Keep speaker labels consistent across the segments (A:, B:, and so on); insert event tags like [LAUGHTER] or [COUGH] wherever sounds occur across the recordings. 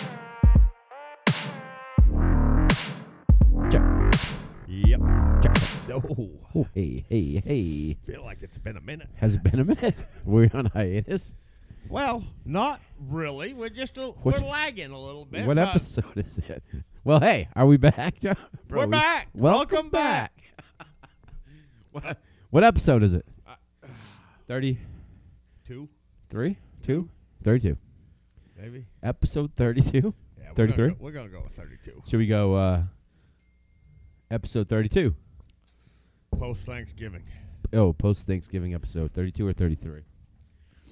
A: [LAUGHS] Oh,
B: Oh, hey, hey, hey.
A: feel like it's been a minute.
B: Has it been a minute? [LAUGHS] We're on hiatus.
A: Well, not really. We're just a,
B: What-
A: we're lagging a little bit.
B: What
A: but
B: episode is it? Well, hey, are we back, John? Bro,
A: We're
B: we-
A: back.
B: Welcome,
A: Welcome
B: back. [LAUGHS] what, what episode is it? Uh, [SIGHS] Thirty-three,
A: Two,
B: two, thirty-two.
A: maybe.
B: Episode thirty-two.
A: Yeah, we're gonna
B: 33?
A: go- We're gonna go with thirty-two.
B: Should we go? uh Episode thirty-two.
A: Post Thanksgiving.
B: Oh, post Thanksgiving episode thirty-two or thirty-three.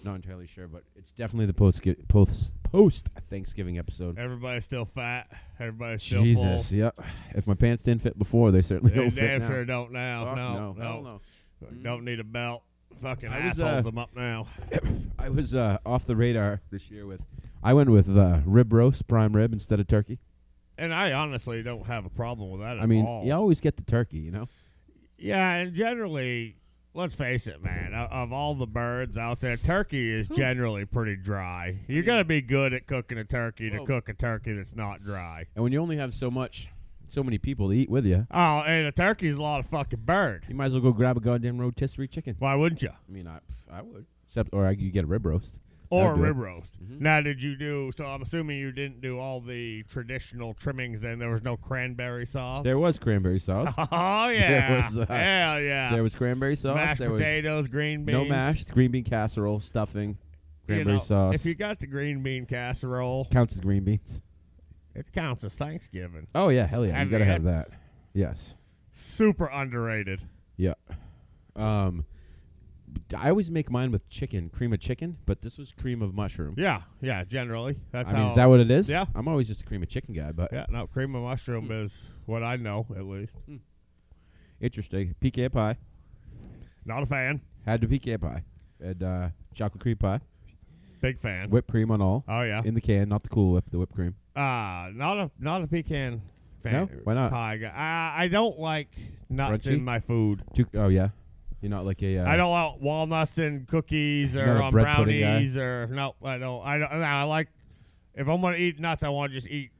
B: Not entirely sure, but it's definitely the post post post Thanksgiving episode.
A: Everybody's still fat. Everybody's still
B: Jesus,
A: full.
B: yep. If my pants didn't fit before, they certainly
A: They
B: don't fit
A: damn
B: now.
A: sure don't now.
B: Fuck
A: no,
B: hell Mm-hmm.
A: Don't need a belt. Fucking
B: I was,
A: assholes
B: uh,
A: them up now.
B: I was uh, off the radar this year with. I went with uh, rib roast, prime rib instead of turkey.
A: And I honestly don't have a problem with that at
B: I mean,
A: all.
B: you always get the turkey, you know.
A: Yeah, and generally, let's face it, man. o- Of all the birds out there, turkey is generally pretty dry. You gotta be good at cooking a turkey to
B: Well-
A: cook a turkey that's not dry.
B: And when you only have so much, so many people to eat with you,
A: Oh, and a turkey's a lot of fucking bird.
B: you might as well go grab a goddamn rotisserie chicken.
A: Why wouldn't you?
B: I mean, I, I would. Except, or I, you get a rib roast.
A: Or a
B: That'd do it.
A: rib roast.
B: Mm-hmm.
A: Now, did you do? So I'm assuming you didn't do all the traditional trimmings, and there was no cranberry sauce.
B: There was cranberry sauce.
A: [LAUGHS]
B: [LAUGHS]
A: Oh yeah.
B: was, uh,
A: Hell yeah.
B: there was cranberry sauce.
A: mashed
B: there was
A: potatoes, green beans.
B: no mash, green bean casserole, stuffing,
A: You
B: cranberry
A: know,
B: sauce.
A: If you got the green bean casserole,
B: counts as green beans.
A: it counts as Thanksgiving.
B: Oh yeah, hell yeah,
A: I
B: you gotta
A: mean,
B: have that.
A: that's-
B: Yes.
A: Super underrated.
B: Yeah. Um, I always make mine with chicken, cream of chicken, but this was cream of mushroom.
A: Yeah, yeah. Generally, that's
B: I mean,
A: how.
B: is that what it is?
A: Yeah.
B: I'm always just a cream of chicken guy, but
A: yeah, no, cream of mushroom is what I know at least.
B: interesting. PK pie.
A: Not a fan.
B: Had the PK pie. And uh, chocolate cream pie.
A: Big fan.
B: Whipped cream on all.
A: oh yeah.
B: In the can, not the cool whip, the whipped cream.
A: Ah, not a not a pecan fan.
B: No? Why not?
A: Pie guy. I, I don't like nuts
B: Crunchy?
A: in my food.
B: Two, oh, yeah. You're not like a. Uh,
A: I don't want walnuts in cookies
B: Not
A: or
B: a
A: on
B: bread pudding guy?
A: brownies or no. I don't. I don't. no, I like if I'm gonna eat nuts, I want to just eat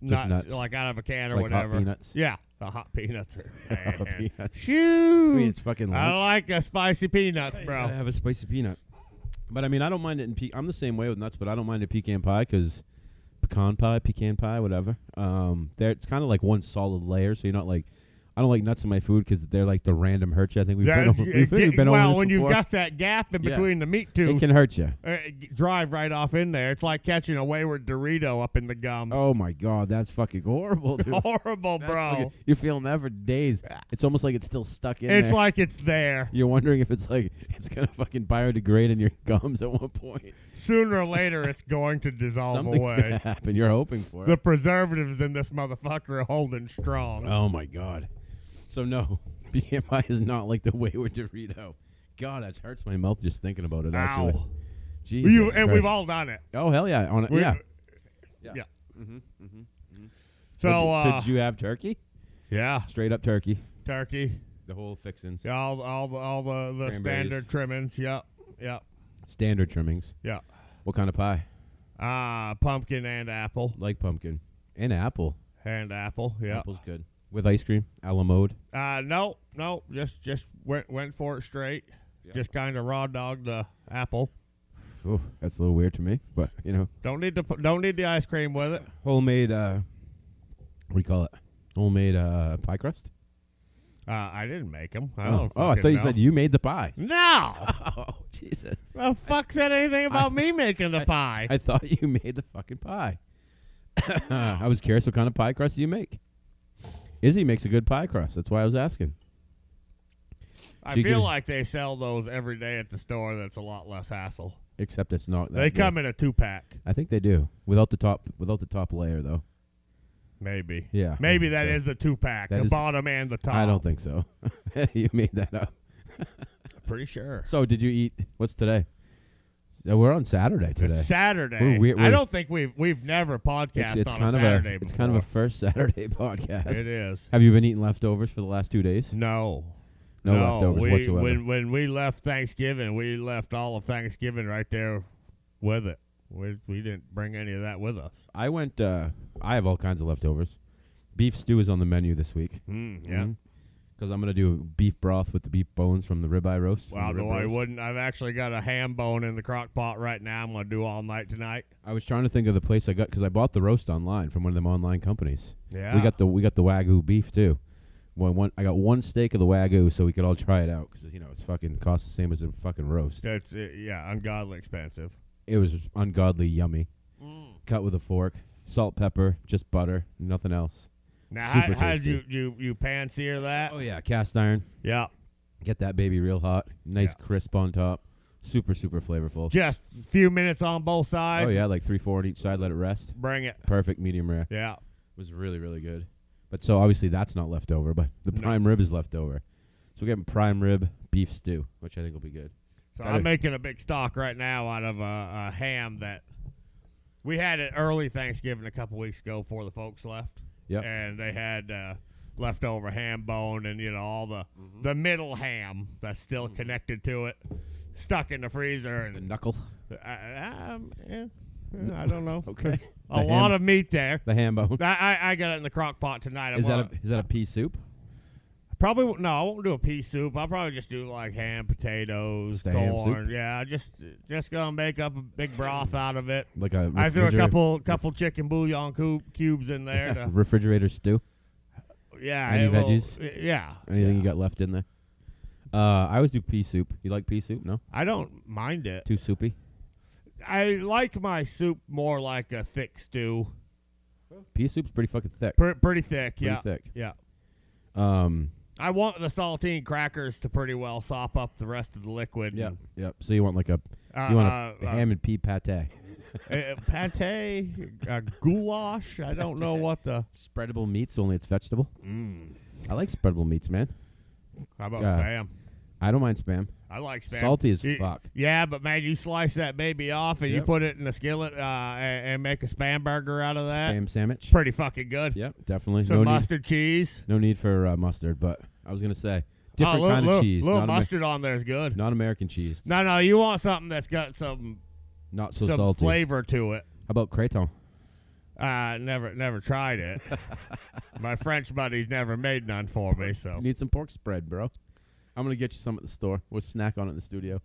A: nuts,
B: nuts.
A: like out of a can or
B: Like hot
A: whatever.
B: peanuts?
A: Yeah, the hot peanuts. [LAUGHS] Are
B: [LAUGHS] Hot peanuts.
A: Shoot.
B: I mean, it's fucking
A: I
B: lunch.
A: like the spicy peanuts, bro.
B: I have a spicy peanut. But I mean, I don't mind it in. Pe- I'm the same way with nuts, but I don't mind a pecan pie because pecan pie, pecan pie, whatever. Um, there it's kind of like one solid layer, so you're not like. I don't like nuts in my food because they're like the random hurt you. I think we've
A: That-
B: been
A: [LAUGHS]
B: over.
A: it
B: We've,
A: get-
B: we've been over
A: well,
B: this
A: when
B: before.
A: you've got that gap in
B: Yeah.
A: between the meat
B: it
A: tubes,
B: can hurt you.
A: uh, g- drive right off in there. It's like catching a wayward Dorito up in the gums. [LAUGHS]
B: Oh my god, that's fucking horrible, dude.
A: horrible,
B: That's
A: Oh, bro.
B: fucking- you're feeling that for days. It's almost like it's still stuck in
A: It's
B: there.
A: like it's there.
B: you're wondering if it's like it's gonna fucking biodegrade in your [LAUGHS] gums at one point.
A: Sooner or later, it's going to dissolve
B: Something's gonna
A: away.
B: happen. You're hoping for it.
A: The preservatives in this motherfucker are holding strong.
B: Oh my god. So no, [LAUGHS] BMI is not like the [LAUGHS] wayward Dorito. God, that hurts my mouth just thinking about it. Actually,
A: Ow.
B: Jesus
A: You, and we've
B: Christ.
A: all done it.
B: Oh hell yeah! On it,
A: We-
B: yeah.
A: Yeah.
B: Yeah.
A: So,
B: did,
A: uh,
B: did you have turkey?
A: yeah,
B: Straight up turkey.
A: turkey,
B: The whole fixins.
A: Yeah, all, all, the- all the, the
B: Cranberries.
A: standard trimmings. Yep, yep,
B: Standard trimmings.
A: yep.
B: What kind of pie?
A: Ah, pumpkin and apple.
B: Like pumpkin and apple.
A: And apple, yeah.
B: Apple's good with ice cream. A la mode.
A: Uh, no, no, just just went went for it straight. Just kind of raw dog the apple.
B: Oh, that's a little weird to me, but you know,
A: Don't need to pu- don't need the ice cream with it.
B: homemade. uh What do you call it? Homemade uh pie crust.
A: Uh, I didn't make them. I
B: oh,
A: don't.
B: oh, I
A: fucking
B: thought you
A: know.
B: said you made the pies.
A: No.
B: [LAUGHS] Oh, Jesus.
A: Well, fuck said anything about me making the pie.
B: [LAUGHS] I thought you made the fucking pie. [COUGHS] I was curious what kind of pie crust you make. Izzy makes a good pie crust. That's why I was asking.
A: I,
B: she
A: feel
B: could-
A: like they sell those every day at the store. That's a lot less hassle.
B: Except it's not. That
A: They
B: good.
A: come in a two pack,
B: I think they do without the top without the top layer though.
A: maybe.
B: Yeah, I
A: Maybe
B: think
A: that
B: so.
A: is the two pack,
B: That
A: the
B: is-
A: bottom and the top.
B: I don't think so. [LAUGHS] you made that up.
A: Pretty sure.
B: So did you eat? What's today? Uh, We're on Saturday today.
A: It's Saturday.
B: We're weird-
A: I
B: we're-
A: don't think we've we've never
B: It's-
A: podcast
B: it's
A: on
B: kind
A: a
B: of
A: Saturday
B: a
A: before.
B: it's kind of a first [LAUGHS] Saturday podcast.
A: It is.
B: Have you been eating leftovers for the last two days?
A: No.
B: No leftovers
A: we,
B: whatsoever.
A: When when we left Thanksgiving, we left all of Thanksgiving right there with it. We we didn't bring any of that with us.
B: I went. uh I have all kinds of leftovers. Beef stew is on the menu this week.
A: Mm, yeah.
B: Mhm. because I'm gonna do beef broth with the beef bones from the ribeye roast. from
A: Wow,
B: the rib
A: no, I
B: roast.
A: wouldn't. I've actually got a ham bone in the crock pot right now. I'm gonna do all night tonight.
B: I was trying to think of the place I got because I bought the roast online from one of them online companies.
A: Yeah,
B: We got the we got the wagyu beef too. One, one, I got one steak of the wagyu, so we could all try it out because you know it's fucking costs the same as a fucking roast.
A: That's it, yeah, ungodly expensive.
B: It was ungodly yummy.
A: Mm.
B: Cut with a fork, salt, pepper, just butter, nothing else.
A: Now, how,
B: Super
A: how did you
B: tasty.
A: you you pan sear that?
B: Oh yeah, cast iron.
A: Yeah,
B: Get that baby real hot, nice crisp on top, super super flavorful.
A: just a few minutes on both sides.
B: Oh yeah, like three four on each side. Let it rest.
A: bring it.
B: Perfect medium rare.
A: Yeah,
B: was really really good. But so obviously that's not left over, but the
A: No.
B: prime rib is left over. So we're getting prime rib beef stew, which I think will be good.
A: so
B: Gotta-
A: I'm making a big stock right now out of a, a ham that we had at early Thanksgiving a couple weeks ago before the folks left.
B: Yep.
A: and they had uh, leftover ham bone and you know all the the middle ham that's still connected to it, stuck in the freezer.
B: The
A: And [LAUGHS]
B: knuckle.
A: I, um, eh, eh, I don't know.
B: Okay. [LAUGHS]
A: a
B: The
A: lot
B: ham-
A: of meat there.
B: the ham bone.
A: I, I, I got it in the crock pot tonight. I
B: Is that a
A: won't-
B: is that a pea soup?
A: probably won't- no? I won't do a pea soup. I'll probably just do like ham, potatoes,
B: Just a ham
A: corn. yeah, I just just gonna make up a big broth out of it.
B: Like a
A: I threw a
B: refrigerator-
A: couple couple chicken bouillon cube, cubes
B: [LAUGHS]
A: in there.
B: yeah,
A: to-
B: refrigerator stew.
A: yeah,
B: Any
A: it will-
B: veggies?
A: yeah,
B: Anything
A: yeah.
B: you got left in there? Uh, I always do pea soup. You like pea soup? No,
A: I don't mind it.
B: too soupy.
A: I like my soup more like a thick stew,
B: Pea soup's pretty fucking thick.
A: Pre- pretty thick.
B: pretty
A: yeah,
B: thick.
A: yeah.
B: Um,
A: I want the saltine crackers to pretty well sop up the rest of the liquid.
B: yeah,
A: and,
B: Mm. yep. So you want like a
A: Uh,
B: you want
A: uh,
B: a
A: uh,
B: ham and pea pate,
A: uh, pate, uh, goulash. I don't know what the.
B: spreadable meats only it's vegetable.
A: Mm.
B: I like spreadable meats, man.
A: How about
B: Uh,
A: spam?
B: I don't mind spam.
A: I like spam.
B: salty as
A: You-
B: fuck.
A: Yeah, but man, you slice that baby off and you
B: Yep.
A: put it in a skillet uh, and, and make a spam burger out of that.
B: Spam sandwich.
A: Pretty fucking good.
B: Yep, definitely.
A: Some
B: no need,
A: mustard cheese.
B: no need for uh, mustard, but I was gonna say
A: Oh,
B: different
A: little,
B: kind
A: little-
B: of cheese,
A: Little
B: not, Amer-
A: mustard on there is good.
B: not American cheese,
A: No, no, you want something that's got some
B: not so
A: some
B: salty.
A: flavor to it.
B: How about creton?
A: Uh, never, never tried it. [LAUGHS] My French buddies never made none for me, so
B: You need some pork spread, bro. I'm gonna get you some at the store. We'll snack on it in the studio.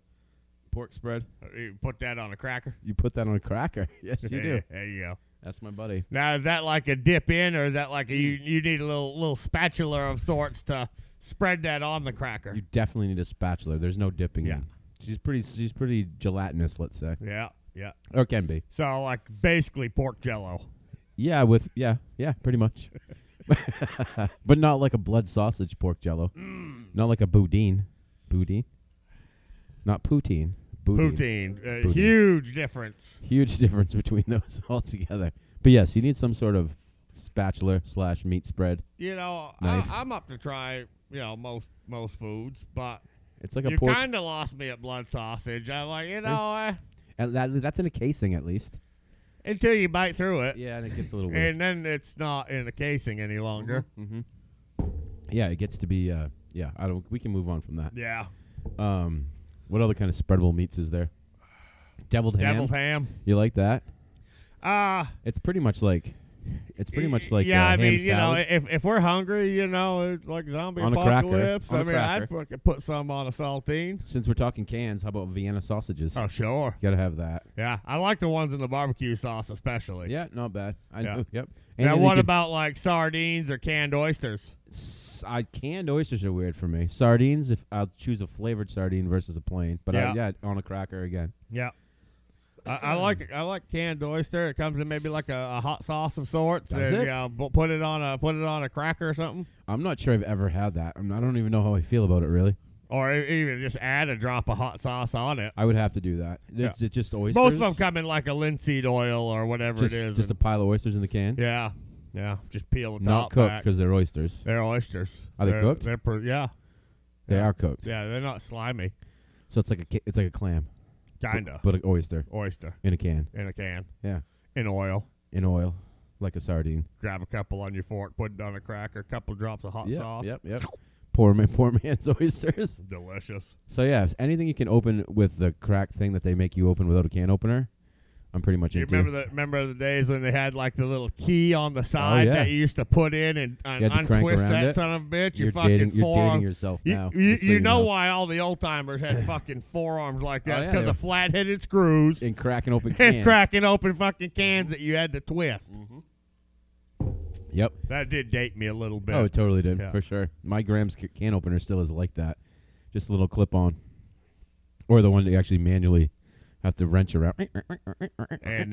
B: Pork spread.
A: you put that on a cracker.
B: You put that on a cracker. [LAUGHS] Yes, you
A: [LAUGHS]
B: do.
A: There you go.
B: That's my buddy.
A: Now is that like a dip in, or is that like a, you
B: Mm.
A: you need a little little spatula of sorts to spread that on the cracker?
B: You definitely need a spatula. There's no dipping.
A: Yeah.
B: in. She's pretty. She's pretty gelatinous, let's say,
A: yeah, yeah.
B: or can be.
A: So like basically pork jello.
B: Yeah, with yeah, yeah, pretty much. [LAUGHS] but not like a blood sausage pork jello. Not like a boudin. Boudin? Not poutine. Boudin.
A: Poutine, uh,
B: Poutine.
A: huge difference.
B: Huge difference between those [LAUGHS] altogether. But yes, you need some sort of spatula slash meat spread.
A: You know,
B: Knife.
A: I, I'm up to try you know most most foods, but
B: It's like a
A: you
B: pork.
A: kind of lost me at blood sausage. I'm like, you know, I,
B: and that, that's in a casing at least.
A: until you bite through it,
B: Yeah, [LAUGHS] and it gets a little weird. Mm-hmm.
A: and then it's not in the casing any longer.
B: Yeah, it gets to be. Uh, yeah, I don't. We can move on from that.
A: Yeah,
B: Um, what other kind of spreadable meats is there? Deviled ham.
A: deviled ham.
B: You like that?
A: Uh
B: It's pretty much like it's pretty much like
A: yeah.
B: uh,
A: I mean,
B: ham
A: you know,
B: salad.
A: if if we're hungry, you know, it's like zombie
B: On a cracker.
A: apocalypse.
B: On
A: I
B: a
A: mean, I
B: cracker.
A: fucking put some on a saltine.
B: Since we're talking cans, how about Vienna sausages?
A: Oh sure,
B: Gotta have that.
A: yeah. I like the ones in the barbecue sauce especially.
B: Yeah, not bad. I
A: Yeah.
B: know. Yep.
A: Now,
B: Anything
A: what
B: could-
A: about like sardines or canned oysters?
B: s- I canned oysters are weird for me. Sardines, if I'll choose a flavored sardine versus a plain, but I,
A: Yeah.
B: yeah on a cracker again.
A: Yeah. I, I like I like canned oyster. It comes in maybe like a, a hot sauce of sorts,
B: Does
A: and
B: it?
A: you know, bu- put it on a put it on a cracker or something,
B: I'm not sure I've ever had that. I'm, I don't even know how I feel about it really.
A: or e- even just add a drop of hot sauce on it.
B: I would have to do that. It's, it's just oysters.
A: Most of them come in like a linseed oil or whatever
B: just,
A: it is.
B: just a
A: and-
B: pile of oysters in the can,
A: yeah, yeah. Just peel the
B: not
A: top
B: cooked
A: back.
B: because they're oysters.
A: They're oysters.
B: Are they
A: They're-
B: cooked?
A: They're pre- yeah,
B: They
A: Yeah.
B: are cooked,
A: yeah. They're not slimy.
B: so it's like a ca- it's like a clam, but-
A: Kinda
B: but an oyster
A: oyster
B: in a can.
A: in a can
B: Yeah,
A: in oil.
B: in oil, like a sardine.
A: Grab a couple on your fork, put it on a cracker. A couple drops of hot
B: yep,
A: sauce.
B: Yep, yep. Poor man, poor [LAUGHS] man's oysters.
A: Delicious.
B: So yeah, anything you can open with the crack thing that they make you open without a can opener, I'm pretty much
A: You
B: into.
A: remember the remember the days when they had like the little key on the side
B: yeah.
A: that you used to put in and, and
B: You had to crank
A: untwist
B: around
A: that
B: it.
A: son of a bitch?
B: you're
A: you fucking
B: dating, you're
A: forearm.
B: dating yourself
A: you
B: now.
A: you,
B: just so
A: you
B: you
A: know, why all the old
B: [LAUGHS]
A: timers had fucking forearms like that?
B: Oh,
A: It's
B: yeah,
A: because
B: they
A: of flat headed [LAUGHS] screws
B: And cracking open
A: and
B: cans.
A: cracking open fucking cans that you had to twist.
B: Mm-hmm. Yep.
A: That did date me a little bit.
B: Oh, it totally did
A: Yeah.
B: for sure. My Graham's c- can opener still is like that, just a little clip on, or the one that you actually manually have to wrench around.
A: [LAUGHS] and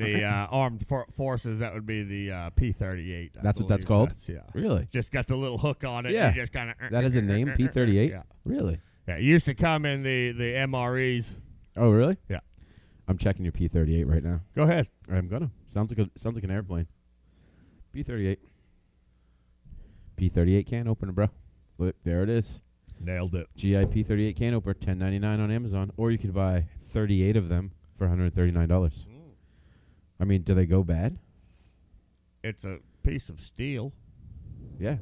B: [LAUGHS]
A: the uh, armed for- forces that would be the uh, P38. I
B: That's what that's
A: believe
B: called?
A: that's- yeah.
B: Really?
A: Just got the little hook on it.
B: Yeah.
A: and you just uh, kind of
B: That is a name, P38.
A: [LAUGHS] Yeah.
B: Really?
A: Yeah, it used to come in the the MREs.
B: Oh, really?
A: Yeah.
B: I'm checking your P38 right now.
A: Go ahead.
B: I'm gonna. Sounds like a, sounds like an airplane. P38. P38 can opener, bro. Look, there it is.
A: Nailed it.
B: GIP 38 can opener, 10.99 on Amazon, or you could buy 38 of them for 139 dollars. I mean, do they go bad?
A: It's a piece of steel.
B: Yeah.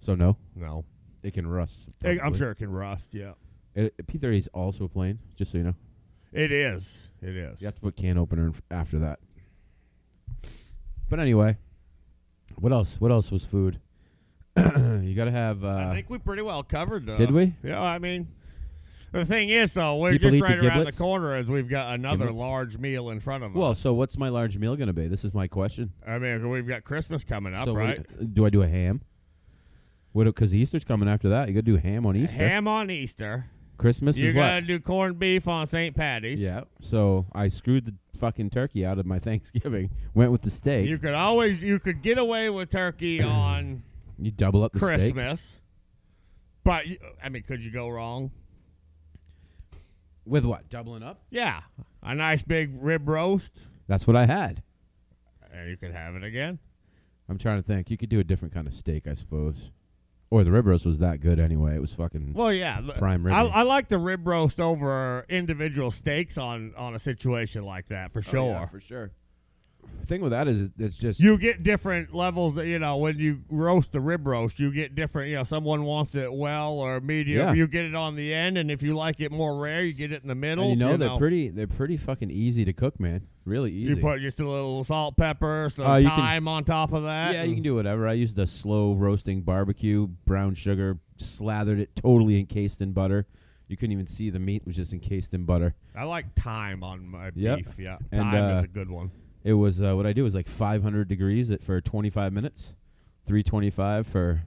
B: So no,
A: No,
B: it can rust.
A: I'm
B: probably.
A: sure it can rust. Yeah,
B: It, P30 is also a plane, just so you know.
A: it is. It is.
B: You have to put can opener in f- after that. But anyway, what else? What else was food? [CLEARS THROAT] you got to have. Uh,
A: I think we pretty well covered. Uh,
B: Did we?
A: Yeah, I mean, the thing is, though, we're
B: People eat
A: just
B: the
A: right around the
B: giblets?
A: corner as we've got another
B: Giblets?
A: large meal in front of
B: well,
A: us.
B: so what's my large meal going to be? This is my question.
A: I mean, we've got Christmas coming up,
B: so what-
A: right?
B: do I do a ham? What? Because Easter's coming after that. You got to do ham on Easter.
A: Ham on Easter.
B: Christmas
A: you
B: is
A: gotta
B: what?
A: do corned beef on St. Patty's.
B: Yeah. So I screwed the fucking turkey out of my [LAUGHS] Thanksgiving. Went with the steak.
A: You
B: You,
A: could always you could get away with
B: [CLEARS THROAT]
A: turkey on
B: double up the steak.
A: Christmas. But you- I mean, could you go wrong?
B: With what? Doubling up?
A: Yeah. A nice big rib roast.
B: That's what I had.
A: And you could have it again.
B: I'm trying to think. You could do a different kind of steak, I suppose. Or the rib roast was that good anyway. It was fucking.
A: Well, yeah. the-
B: Prime rib.
A: I, I like the rib roast over individual steaks on on a situation like that for sure.
B: Oh, for sure. The thing with that is, it- it's just
A: you get different levels. You know, when you roast the rib roast, you get different. You know, someone wants it well or medium.
B: Yeah.
A: You get it on the end, and if you like it more rare, you get it in the middle.
B: and you know
A: you
B: they're pretty. They're pretty fucking easy to cook, man. Really easy.
A: You put just a little salt, pepper, some
B: Uh, you can-
A: thyme on top of that.
B: yeah, you can do whatever. I used the slow roasting barbecue, brown sugar, slathered it totally encased in butter. You couldn't even see the meat was just encased in butter.
A: I like thyme on my
B: Yep.
A: beef. Yeah,
B: And,
A: thyme
B: uh,
A: is a good one.
B: It was uh, what I do is like 500 degrees at, for 25 minutes, 325 for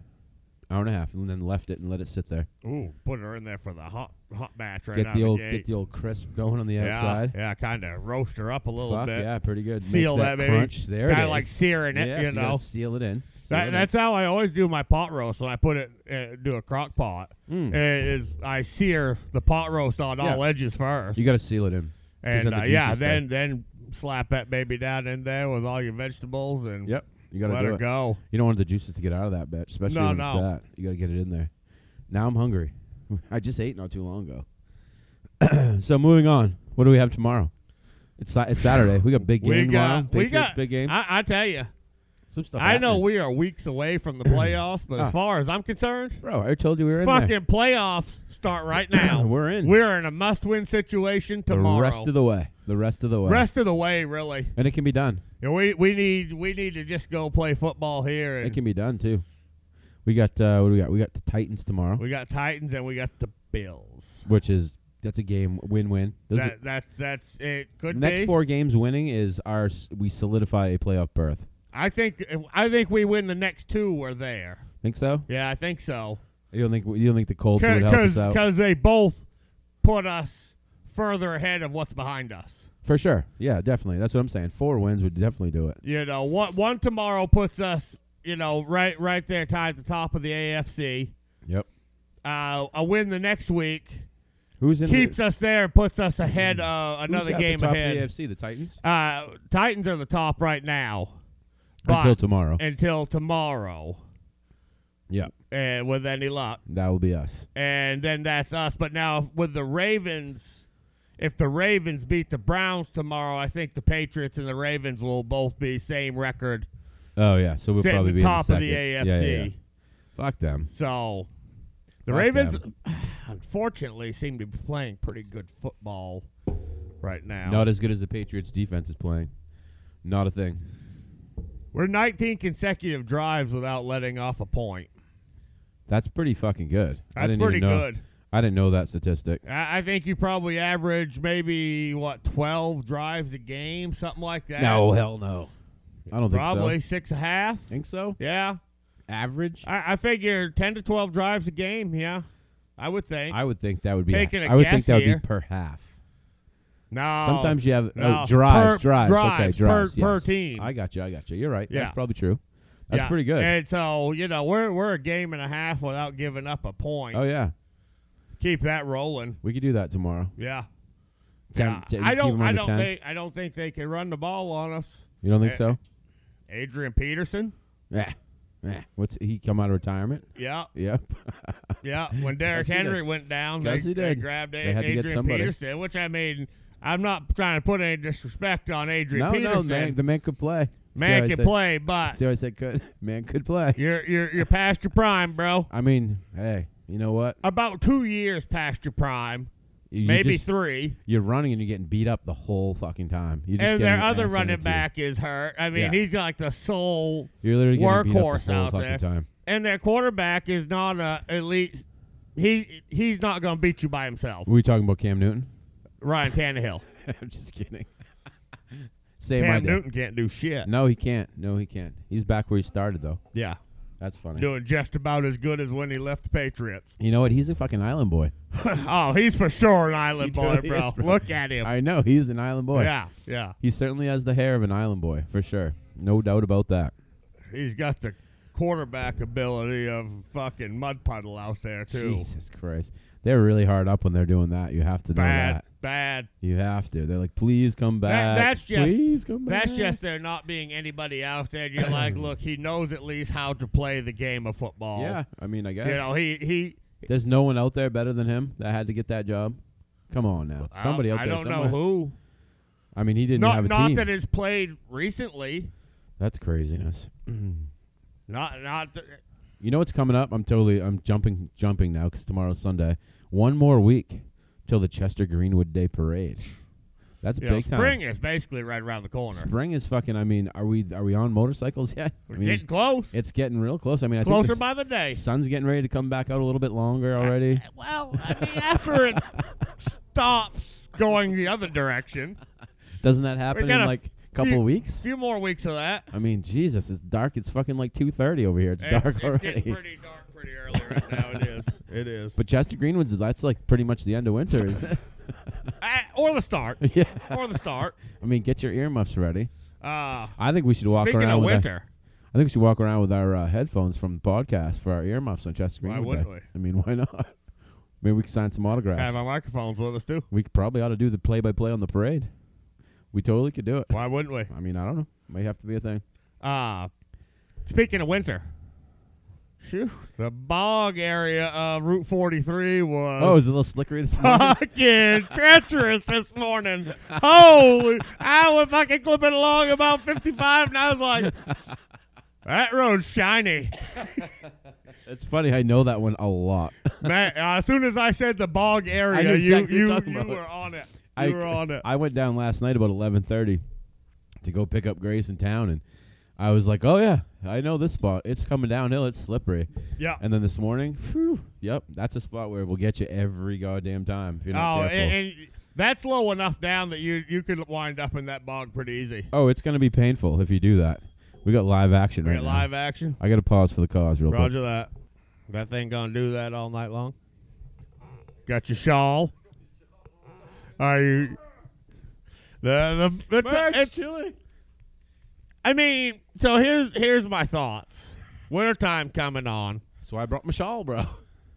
B: hour and a half, and then left it and let it sit there.
A: Ooh, put her in there for the hot hot batch right
B: get
A: out
B: the
A: of
B: old
A: the
B: get
A: gate.
B: the old crisp going on the
A: yeah,
B: outside.
A: yeah, kind of roast her up a little
B: Fuck
A: bit.
B: yeah, pretty good. Makes
A: Seal
B: that,
A: that, baby.
B: crunch. There it
A: Kinda
B: is.
A: like searing it,
B: Yeah,
A: you
B: so gotta
A: know.
B: seal it in. Seal it
A: That,
B: in.
A: that's how I always do my pot roast when I put it uh, do a crock pot.
B: Mm.
A: uh, Is I sear the pot roast on all
B: Yeah.
A: edges first,
B: you got to seal it in. 'cause
A: and
B: the
A: uh, yeah,
B: juices
A: then then slap that baby down in there with all your vegetables and
B: stay. yep, you got to
A: let
B: do
A: her
B: it.
A: go.
B: You don't want the juices to get out of that bitch, especially
A: No,
B: when
A: no.
B: it's that. You got to get it in there. Now I'm hungry. [LAUGHS] I just ate not too long ago. [COUGHS] so moving on. What do we have tomorrow? It's Sa- it's Saturday. We got big game
A: [LAUGHS] we
B: tomorrow.
A: got we
B: Patriots,
A: got
B: big game.
A: I, I tell you,
B: Some stuff
A: I know
B: happening.
A: we are weeks away from the
B: [CLEARS THROAT]
A: playoffs, but
B: Ah.
A: as far as I'm concerned,
B: Bro, I told you we were in
A: fucking
B: there.
A: playoffs
B: [CLEARS THROAT]
A: start right
B: [COUGHS]
A: now.
B: We're in.
A: [COUGHS] We're in a must-win situation tomorrow.
B: The rest of the way. The rest of the way.
A: Rest of the way, really.
B: and it can be done.
A: And we we need we need to just go play football here.
B: It
A: And
B: can be done too. We got uh, what do we got? We got the Titans tomorrow,
A: we got Titans and we got the Bills.
B: which is that's a game win-win. Those
A: That that's that's it.
B: are-
A: Could
B: next
A: be.
B: four games winning is our s- we solidify a playoff berth.
A: I think I think we win the next two. We're there.
B: Think so?
A: Yeah, I think so.
B: You don't think you don't think the Colts would help us out
A: Because they both put us further ahead of what's behind us.
B: for sure? Yeah, definitely. That's what I'm saying. Four wins would definitely do it.
A: You know, one one tomorrow puts us, you know, right right there tied at the top of the AFC.
B: Yep.
A: Uh, a win the next week
B: Who's in
A: keeps
B: the, Hmm.
A: us there, puts us ahead. Uh,
B: who's
A: another
B: at
A: game
B: the top
A: ahead.
B: Of the AFC, the Titans
A: Uh, Titans are the top right now, but
B: until tomorrow.
A: until tomorrow,
B: yeah,
A: and with any luck,
B: that will be us.
A: and then that's us. But now with the Ravens, if the Ravens beat the Browns tomorrow, I think the Patriots and the Ravens will both be same record,
B: Oh yeah, so we'll
A: sitting
B: probably be
A: top
B: in
A: of
B: the
A: the AFC.
B: second. Yeah, yeah, yeah. Fuck them.
A: So the
B: Fuck
A: [SIGHS] Ravens, unfortunately, seem to be playing pretty good football right now.
B: Not as good as the Patriots defense is playing. Not a thing.
A: We're 19 consecutive drives without letting off a point.
B: That's pretty fucking good. I
A: That's
B: didn't
A: pretty
B: even know,
A: good.
B: I didn't know that statistic.
A: I, I think you probably average maybe what 12 drives a game, something like that.
B: No, hell no. I don't think
A: Eh. probably
B: so.
A: six and a half.
B: Think so?
A: Yeah,
B: Average?
A: I, I figure 10 to 12 drives a game. Yeah, I would think.
B: I would think that would be.
A: Taking a
B: I would
A: guess
B: think that would
A: here.
B: be per half.
A: no,
B: Sometimes you have
A: no.
B: oh, drives,
A: Per-
B: drives,
A: drives,
B: okay, drives
A: per- per
B: yes.
A: team.
B: I got you. I got you. You're right.
A: Yeah.
B: That's probably true. That's
A: Yeah.
B: pretty good.
A: And so you know we're we're a game and a half without giving up a point.
B: oh yeah,
A: Keep that rolling.
B: we could do that tomorrow.
A: Yeah.
B: Ten-
A: Yeah.
B: ten-
A: I
B: keep
A: don't.
B: 'em
A: I
B: under
A: don't
B: 10.
A: think. I don't think they can run the ball on us.
B: You don't think
A: Eh,
B: so?
A: Adrian Peterson.
B: Yeah. Yeah. Eh. What's he come out of retirement? [LAUGHS]
A: Yeah,
B: Yep. [LAUGHS]
A: yeah. When Derrick
B: Yes, he
A: Henry
B: did.
A: went down, they,
B: Yes, he
A: they
B: did.
A: grabbed
B: They had to get
A: Adrian
B: somebody.
A: Peterson, which I mean, I'm not trying to put any disrespect on Adrian
B: no,
A: Peterson.
B: no, man. The man could play. See how I
A: Man can
B: said-
A: play, but
B: See how I said could? Man could play.
A: you're you're you're past your prime, bro.
B: I mean, hey, you know what?
A: About two years past your prime,
B: You, you
A: maybe
B: just-
A: three.
B: you're running and you're getting beat up the whole fucking time. You're just
A: and
B: getting
A: their
B: your
A: other
B: ass handed
A: running
B: to you.
A: back is hurt. I mean,
B: Yeah.
A: he's like the sole,
B: You're literally getting beat up the
A: workhorse
B: whole
A: out
B: fucking
A: there.
B: Time.
A: and their quarterback is not a elite. He he's not going to beat you by himself.
B: Were we talking about Cam
A: [LAUGHS]
B: Newton?
A: Ryan Tannehill,
B: I'm just
A: [LAUGHS]
B: kidding. Say my
A: Cam
B: day.
A: Newton can't do shit.
B: No, he can't. No, he can't. He's back where he started though.
A: Yeah,
B: That's funny.
A: doing just about as good as when he left the Patriots. [LAUGHS]
B: You know what? He's a fucking island boy.
A: oh, he's for sure an island
B: He
A: boy,
B: [LAUGHS] totally
A: bro.
B: is, bro.
A: Look at him.
B: I know he's an island boy.
A: Yeah, yeah.
B: He certainly has the hair of an island boy for sure. No doubt about that.
A: He's got the quarterback ability of fucking mud puddle out there too.
B: Jesus Christ, they're really hard up when they're doing that. You have to know
A: Bad,
B: that.
A: bad.
B: You have to. They're like, please come back.
A: that's just-
B: please come back.
A: That's just there not being anybody out there.
B: [CLEARS THROAT]
A: You're like, look, he knows at least how to play the game of football.
B: Yeah, I mean, I guess.
A: You know, he he.
B: There's no one out there better than him that had to get that job. Come on now,
A: I don't-
B: somebody out
A: I
B: there.
A: don't know
B: somewhere.
A: who.
B: I mean, he didn't
A: Not
B: have a
A: not
B: team.
A: that has played recently.
B: That's craziness.
A: Not not. Th-
B: You know what's coming up? I'm totally. I'm jumping, jumping now because tomorrow's Sunday. One more week till the Chester Greenwood Day Parade. That's
A: you know,
B: big time.
A: spring is basically right around the corner.
B: Spring is fucking. I mean, are we are we on motorcycles yet? I
A: We're
B: mean,
A: getting close.
B: it's getting real close. I mean, I
A: closer
B: think
A: by the
B: the [LAUGHS]
A: day.
B: s- sun's getting ready to come back out a little bit longer already.
A: Well, I mean, after it stops going the other direction,
B: Doesn't that happen
A: got
B: in
A: a
B: like a couple
A: few- a
B: weeks?
A: few more weeks of that.
B: I mean, Jesus, it's dark. It's fucking like two thirty over here. It's,
A: It's,
B: dark
A: it's
B: already.
A: getting pretty dark pretty early right now. It is. It
B: [LAUGHS]
A: is.
B: But Chester Greenwood's that's like pretty much the end of winter, isn't
A: [LAUGHS]
B: it? [LAUGHS]
A: Uh, or the start.
B: yeah.
A: or the start.
B: I mean, get your earmuffs ready.
A: Uh,
B: I think we should walk
A: speaking
B: around.
A: of
B: with our-
A: winter,
B: I think we should walk around with our uh, headphones from the podcast for our earmuffs on Chester
A: Why
B: Greenwood.
A: wouldn't
B: Day.
A: we?
B: I mean, [LAUGHS] why not? Maybe we could sign some
A: I have
B: autographs.
A: my microphones with us too.
B: we could- probably ought to do the play-by-play on the parade. We totally could do it.
A: Why wouldn't we?
B: I mean, I don't know. Might have to be a thing.
A: Uh, speaking of winter, phew, the bog area of Route 43 was.
B: Oh, is it a little slickery this
A: [LAUGHS]
B: morning?
A: Fucking treacherous this morning. Holy, I was fucking clipping along about 55, and I was like, that road's shiny.
B: it's funny. I know that one a lot.
A: Man, uh, as soon as I said the bog area,
B: I know exactly what
A: you,
B: you're
A: you,
B: talking
A: you
B: about.
A: were on it. You
B: I,
A: were on it.
B: I went down last night about eleven thirty to go pick up Grace in town, and I was like, "Oh yeah, I know this spot. It's coming downhill. It's slippery."
A: yeah.
B: And then this morning, phew, yep, that's a spot where we'll get you every goddamn time if you're
A: Oh,
B: not
A: and,
B: careful.
A: and that's low enough down that you you could wind up in that bog pretty easy.
B: oh, it's gonna be painful if you do that. We got live action
A: We
B: right
A: got
B: now.
A: live action.
B: I got to pause for the cause real quick.
A: Roger that. That thing gonna do that all night long. Got your shawl. Are you? The, the, it's, it's- I mean, so here's here's my thoughts. Wintertime coming on.
B: So I brought my shawl, bro.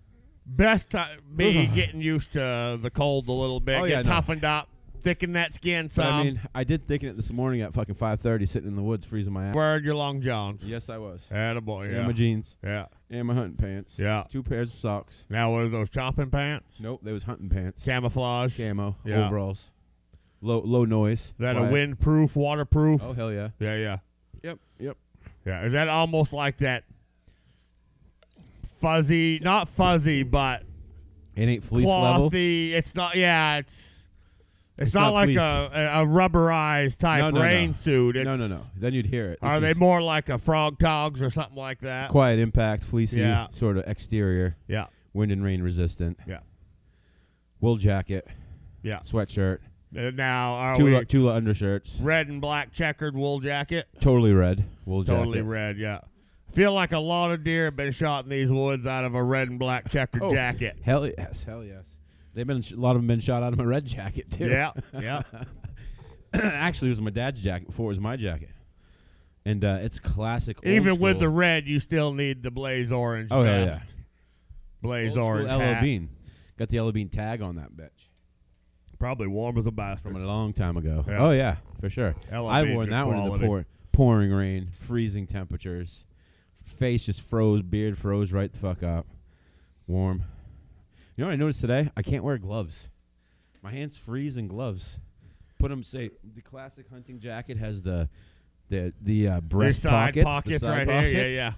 B: [LAUGHS]
A: Best time [SIGHS] be getting used to the cold a little bit.
B: Oh,
A: get
B: yeah, no.
A: toughened up, thicken that skin
B: But
A: some.
B: I mean, I did thicken it this morning at fucking five thirty, sitting in the woods, freezing my ass.
A: wearing your long johns.
B: Yes, I was.
A: Attaboy,
B: And my jeans,
A: yeah, yeah,
B: and my hunting pants.
A: yeah.
B: Two pairs of socks.
A: Now, what are those chomping pants?
B: Nope, they was hunting pants.
A: Camouflage.
B: Camo
A: Yeah.
B: overalls. Low low noise.
A: Is that a
B: Quiet.
A: windproof, waterproof?
B: Oh hell yeah.
A: Yeah, yeah,
B: Yep. Yep.
A: yeah. Is that almost like that fuzzy, not fuzzy, but
B: It ain't fleece level.
A: clothy? It's not. Yeah, it's It's,
B: It's
A: not,
B: not
A: like
B: fleece.
A: a, a a rubberized type
B: No, no, no.
A: rain suit. It's,
B: no, no, no. Then you'd hear it.
A: Are
B: This
A: they
B: is
A: more like a frog togs or something like that?
B: quiet impact, fleecy
A: Yeah.
B: sort of exterior,
A: Yeah,
B: wind and rain resistant,
A: yeah,
B: wool jacket,
A: yeah.
B: sweatshirt,
A: Uh, Now are
B: two
A: we
B: li- two li- undershirts,
A: red and black checkered wool jacket?
B: totally red wool jacket.
A: Totally red. Yeah. Feel like a lot of deer have been shot in these woods out of a red and black checkered
B: Oh,
A: jacket.
B: [LAUGHS] Hell yes, hell yes. They've been a lot of them been shot out of my red jacket too.
A: Yeah, yeah.
B: [COUGHS] actually, it was my dad's jacket before it was my jacket, and uh, it's classic. old
A: Even with the
B: school-
A: red, you still need the blaze orange
B: Oh, yeah,
A: vest. Blaze
B: old school
A: orange
B: LL
A: hat.
B: Bean, got the LL Bean tag on that bitch
A: Probably warm as a
B: from a
A: bastard.
B: long time ago.
A: Yeah.
B: Oh yeah, for sure.
A: LL
B: I've
A: Bean's
B: worn
A: good
B: that one in
A: quality.
B: the pour, pouring rain, freezing temperatures, face just froze, beard froze right the fuck up, warm. You know what I noticed today? I can't wear gloves. My hands freeze in gloves. Put them say the classic hunting jacket has the the the uh,
A: Your
B: breast
A: side
B: pockets, the
A: pockets
B: side
A: right here.
B: pockets.
A: Yeah, yeah.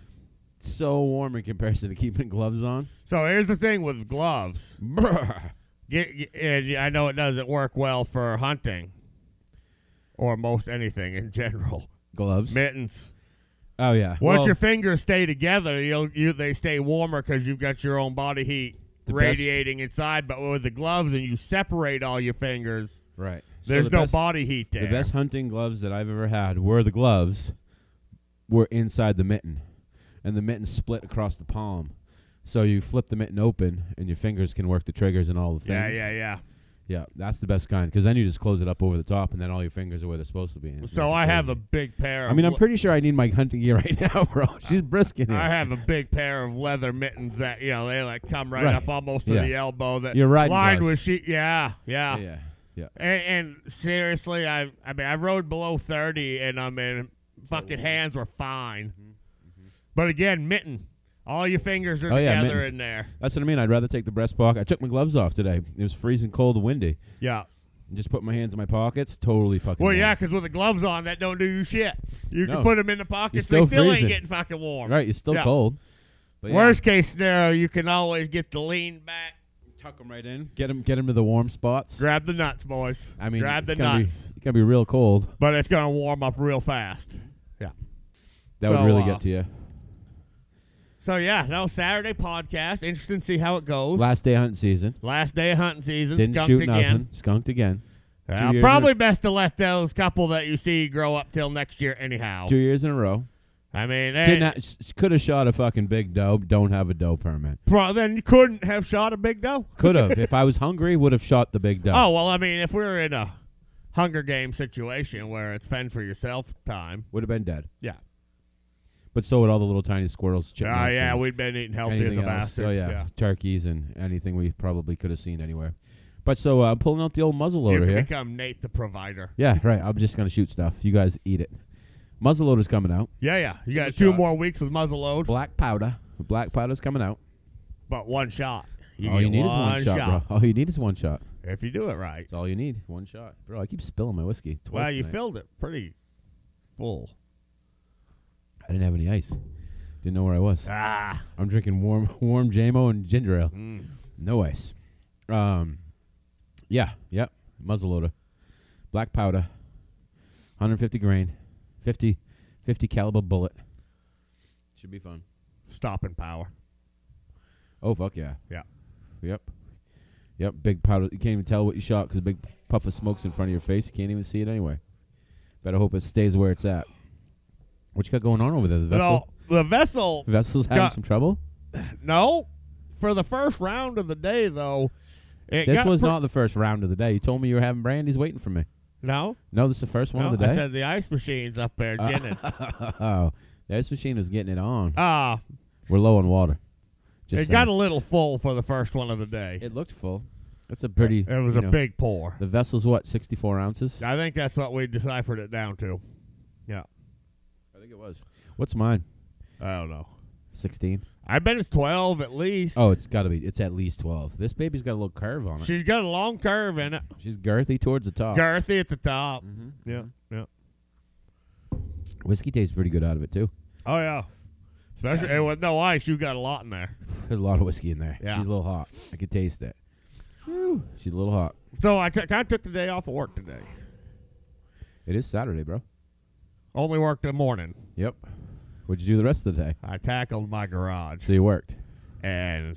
B: It's So warm in comparison to keeping [LAUGHS] gloves on.
A: So here's the thing with gloves.
B: Brr.
A: Get, get- and I know it doesn't work well for hunting or most anything
B: [LAUGHS]
A: in general.
B: Gloves.
A: Mittens.
B: Oh yeah.
A: Once
B: Well,
A: your fingers stay together, you'll, you they stay warmer because you've got your own body heat
B: The best-
A: radiating inside. But with the gloves and you separate all your fingers,
B: right. So
A: there's
B: the
A: no
B: best-
A: body heat there.
B: The best hunting gloves that I've ever had were the gloves were inside the mitten, and the mitten split across the palm. So you flip the mitten open, and your fingers can work the triggers and all the things.
A: yeah, yeah, yeah.
B: Yeah, that's the best kind because then you just close it up over the top, and then all your fingers are where they're supposed to be. and it's
A: So
B: nice
A: I
B: and
A: have a
B: cozy.
A: big pair. Of
B: I mean, I'm
A: le-
B: pretty sure I need my hunting gear [LAUGHS] right now, bro. She's brisking here.
A: I have a big pair of leather mittens that you know they like come right,
B: Right.
A: up almost to
B: Yeah.
A: the elbow. That
B: You're riding
A: lined
B: gloves.
A: with sheet. Yeah, yeah.
B: yeah, yeah.
A: And, and seriously, I I mean I rode below thirty, and I mean fucking
B: Oh,
A: hands were fine.
B: Mm-hmm,
A: But again, mitten. All your fingers are
B: Oh, yeah,
A: together
B: mittens.
A: in there.
B: That's what I mean. I'd rather take the breast pocket. I took my gloves off today. It was freezing cold and windy.
A: Yeah.
B: Just put my hands in my pockets. Totally fucking.
A: Well,
B: warm.
A: yeah, because with the gloves on, that don't do you shit. You can
B: No.
A: put them in the pockets;
B: still
A: they still ain't
B: freezing.
A: getting fucking warm.
B: Right, you're still
A: Yeah.
B: cold. But yeah.
A: Worst case scenario, you can always get the lean back.
B: Tuck them right in. Get them, to the warm spots.
A: Grab the nuts, boys.
B: I mean,
A: grab
B: it's
A: the
B: gonna be-
A: nuts.
B: it's gonna be real cold.
A: But it's gonna warm up real fast. Yeah.
B: That
A: So,
B: would really
A: uh,
B: get to you.
A: So yeah, no Saturday podcast. Interesting to see how it goes. Last,
B: Last day hunting season.
A: day of hunting season.
B: Didn't
A: skunked
B: shoot
A: again.
B: nothing. Skunked again. Two
A: Yeah,
B: years
A: probably best to let those couple that you see grow up till next year, anyhow.
B: Two years in a row.
A: I mean,
B: Didn't
A: hey,
B: ha- s- could have shot a fucking big doe. Don't have a doe permit.
A: pro- then you couldn't have shot a big doe.
B: Could have.
A: [LAUGHS]
B: if I was hungry, would have shot the big doe.
A: Oh well, I mean, if we were in a Hunger Game situation where it's fend for yourself time,
B: Would have been dead.
A: yeah,
B: But so would all the little tiny squirrels.
A: oh
B: chipmunks,
A: yeah,
B: and-
A: we'd been eating healthy
B: anything
A: as a
B: else.
A: bastard.
B: Oh yeah. turkeys and anything we probably could have seen anywhere. But so uh, I'm pulling out the old muzzle
A: you
B: loader
A: can
B: here.
A: become Nate the provider.
B: Yeah, right. I'm just gonna shoot stuff. You guys eat it. Muzzle loader's coming out.
A: Yeah, yeah, you
B: Give it
A: got
B: a
A: two
B: shot.
A: more weeks with muzzle load,
B: Black powder. Black powder's coming out.
A: but one shot.
B: all
A: get
B: you need is one shot, bro. All you need is one shot.
A: if you do it right.
B: That's all you need. One shot, bro. I keep spilling my whiskey. Twice
A: Well, you
B: tonight.
A: filled it pretty full.
B: I didn't have any ice. Didn't know where I was.
A: Ah,
B: I'm drinking warm, [LAUGHS] warm JMO and ginger ale.
A: mm.
B: No ice. Um, yeah, yep. Muzzle loader, black powder, 150 grain, 50, 50 caliber bullet. Should be fun.
A: stopping power.
B: Oh fuck yeah.
A: Yeah.
B: Yep. Yep. Big powder. You can't even tell what you shot because a big puff of smoke's in front of your face. You can't even see it anyway. Better hope it stays where it's at. What you got going on over there? The
A: No,
B: vessel.
A: the vessel.
B: The vessel's having
A: Got-
B: some trouble.
A: No, for the first round of the day though, it
B: This
A: got
B: was
A: pre-
B: not the first round of the day. You told me you were having brandies waiting for me.
A: no.
B: No, this is the first one
A: no
B: of the day. Uh,
A: I said the ice machine's up there, Jenny.
B: [LAUGHS] oh, this machine is getting it on.
A: Ah,
B: We're low on water. Just
A: it got a
B: saying.
A: little full for the first one of the day.
B: it looked full. That's a pretty.
A: It was
B: you
A: a
B: know,
A: big pour.
B: The vessel's what, 64 ounces?
A: I think that's what we deciphered it down to. Yeah,
B: I think it was. What's mine?
A: I don't know.
B: 16.
A: I bet it's twelve at least.
B: Oh, it's got to be. It's at least 12. This baby's got a little curve on it.
A: she's got a long curve in it,
B: She's girthy towards the top.
A: girthy at the top.
B: hmm
A: Yeah, yeah.
B: Whiskey tastes pretty good out of it, too.
A: Oh yeah. Especially and with no ice, you got a lot in there.
B: There's a lot of whiskey in there.
A: Yeah.
B: She's a little hot. I could taste it. Whew, she's a little hot.
A: So I took I took the day off of work today.
B: It is Saturday, bro.
A: Only worked the morning.
B: Yep. What'd you do the rest of the day?
A: I tackled my garage
B: So you worked.
A: and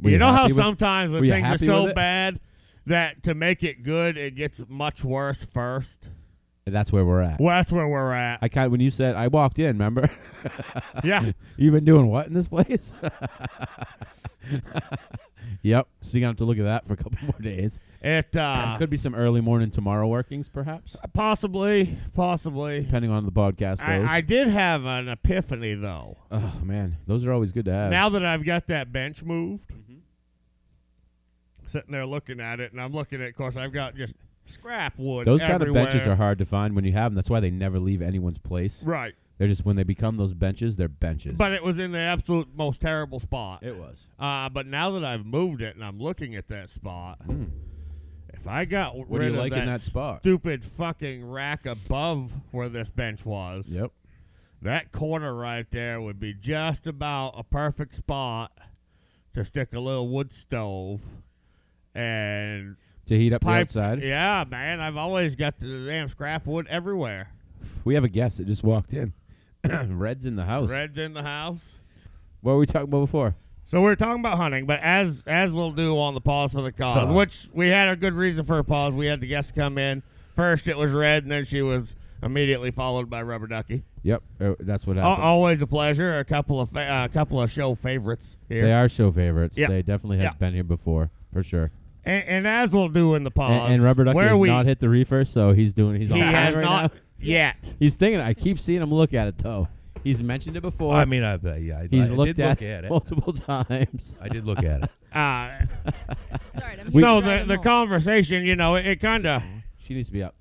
B: Were
A: you, know how
B: happy with-
A: sometimes
B: were
A: when
B: you
A: things are
B: happy
A: so
B: with it?
A: bad that to make it good it gets much worse first.
B: that's where we're at.
A: Well, that's where we're
B: [LAUGHS]
A: at.
B: I kind of, when you said I walked in, remember? [LAUGHS]
A: yeah.
B: You've been doing what in this place? [LAUGHS] yep. So you're gonna have to look at that for a couple more days.
A: It uh
B: Could be some early morning tomorrow workings, perhaps,
A: possibly possibly
B: depending on the podcast goes.
A: I, I did have an epiphany though.
B: oh man, those are always good to have.
A: now that I've got that bench moved,
B: Mm-hmm.
A: sitting there looking at it, and I'm looking at, of course, I've got just scrap wood.
B: those kind
A: everywhere.
B: of benches are hard to find when you have them. That's why they never leave anyone's place.
A: right,
B: They're just when they become those benches, they're benches.
A: but it was in the absolute most terrible spot.
B: it was.
A: Uh, but now that I've moved it and I'm looking at that spot, if I got w-
B: Hmm. What do
A: rid
B: you
A: of
B: like
A: that,
B: in that spot?
A: stupid fucking rack above where this bench was,
B: Yep.
A: that corner right there would be just about a perfect spot to stick a little wood stove and
B: To heat up the
A: pipe.
B: outside.
A: Yeah, man. I've always got the damn scrap wood everywhere.
B: We have a guest that just walked in. [COUGHS] Red's in the house.
A: Red's in the house.
B: What were we talking about before?
A: So we're talking about hunting, but as as we'll do on the pause for the cause,
B: Uh-huh.
A: which we had a good reason for a pause. We had the guests come in. First, it was Red, and then she was immediately followed by Rubber Ducky.
B: Yep, uh, that's what
A: Al
B: happened.
A: always a pleasure. A couple of fa- uh, a couple of show favorites here.
B: They are show favorites.
A: Yeah.
B: They definitely have
A: Yeah.
B: been here before, for sure.
A: And, and as we'll do in the pause,
B: And, and Rubber Ducky
A: where
B: has
A: we
B: not hit the reefer, so he's doing. He's on
A: he
B: fire
A: has
B: right
A: not
B: now.
A: [LAUGHS] yet.
B: He's thinking. I keep seeing him look at it though. He's mentioned it before.
C: I mean, I uh, yeah, I,
B: he's
C: I
B: looked
C: did
B: at, [LAUGHS]
C: look at
B: it
C: it.
B: multiple times.
C: I did look at it.
A: Uh,
D: Sorry, I'm
A: so the the conversation, you know, it, it kind of
B: She needs to be up.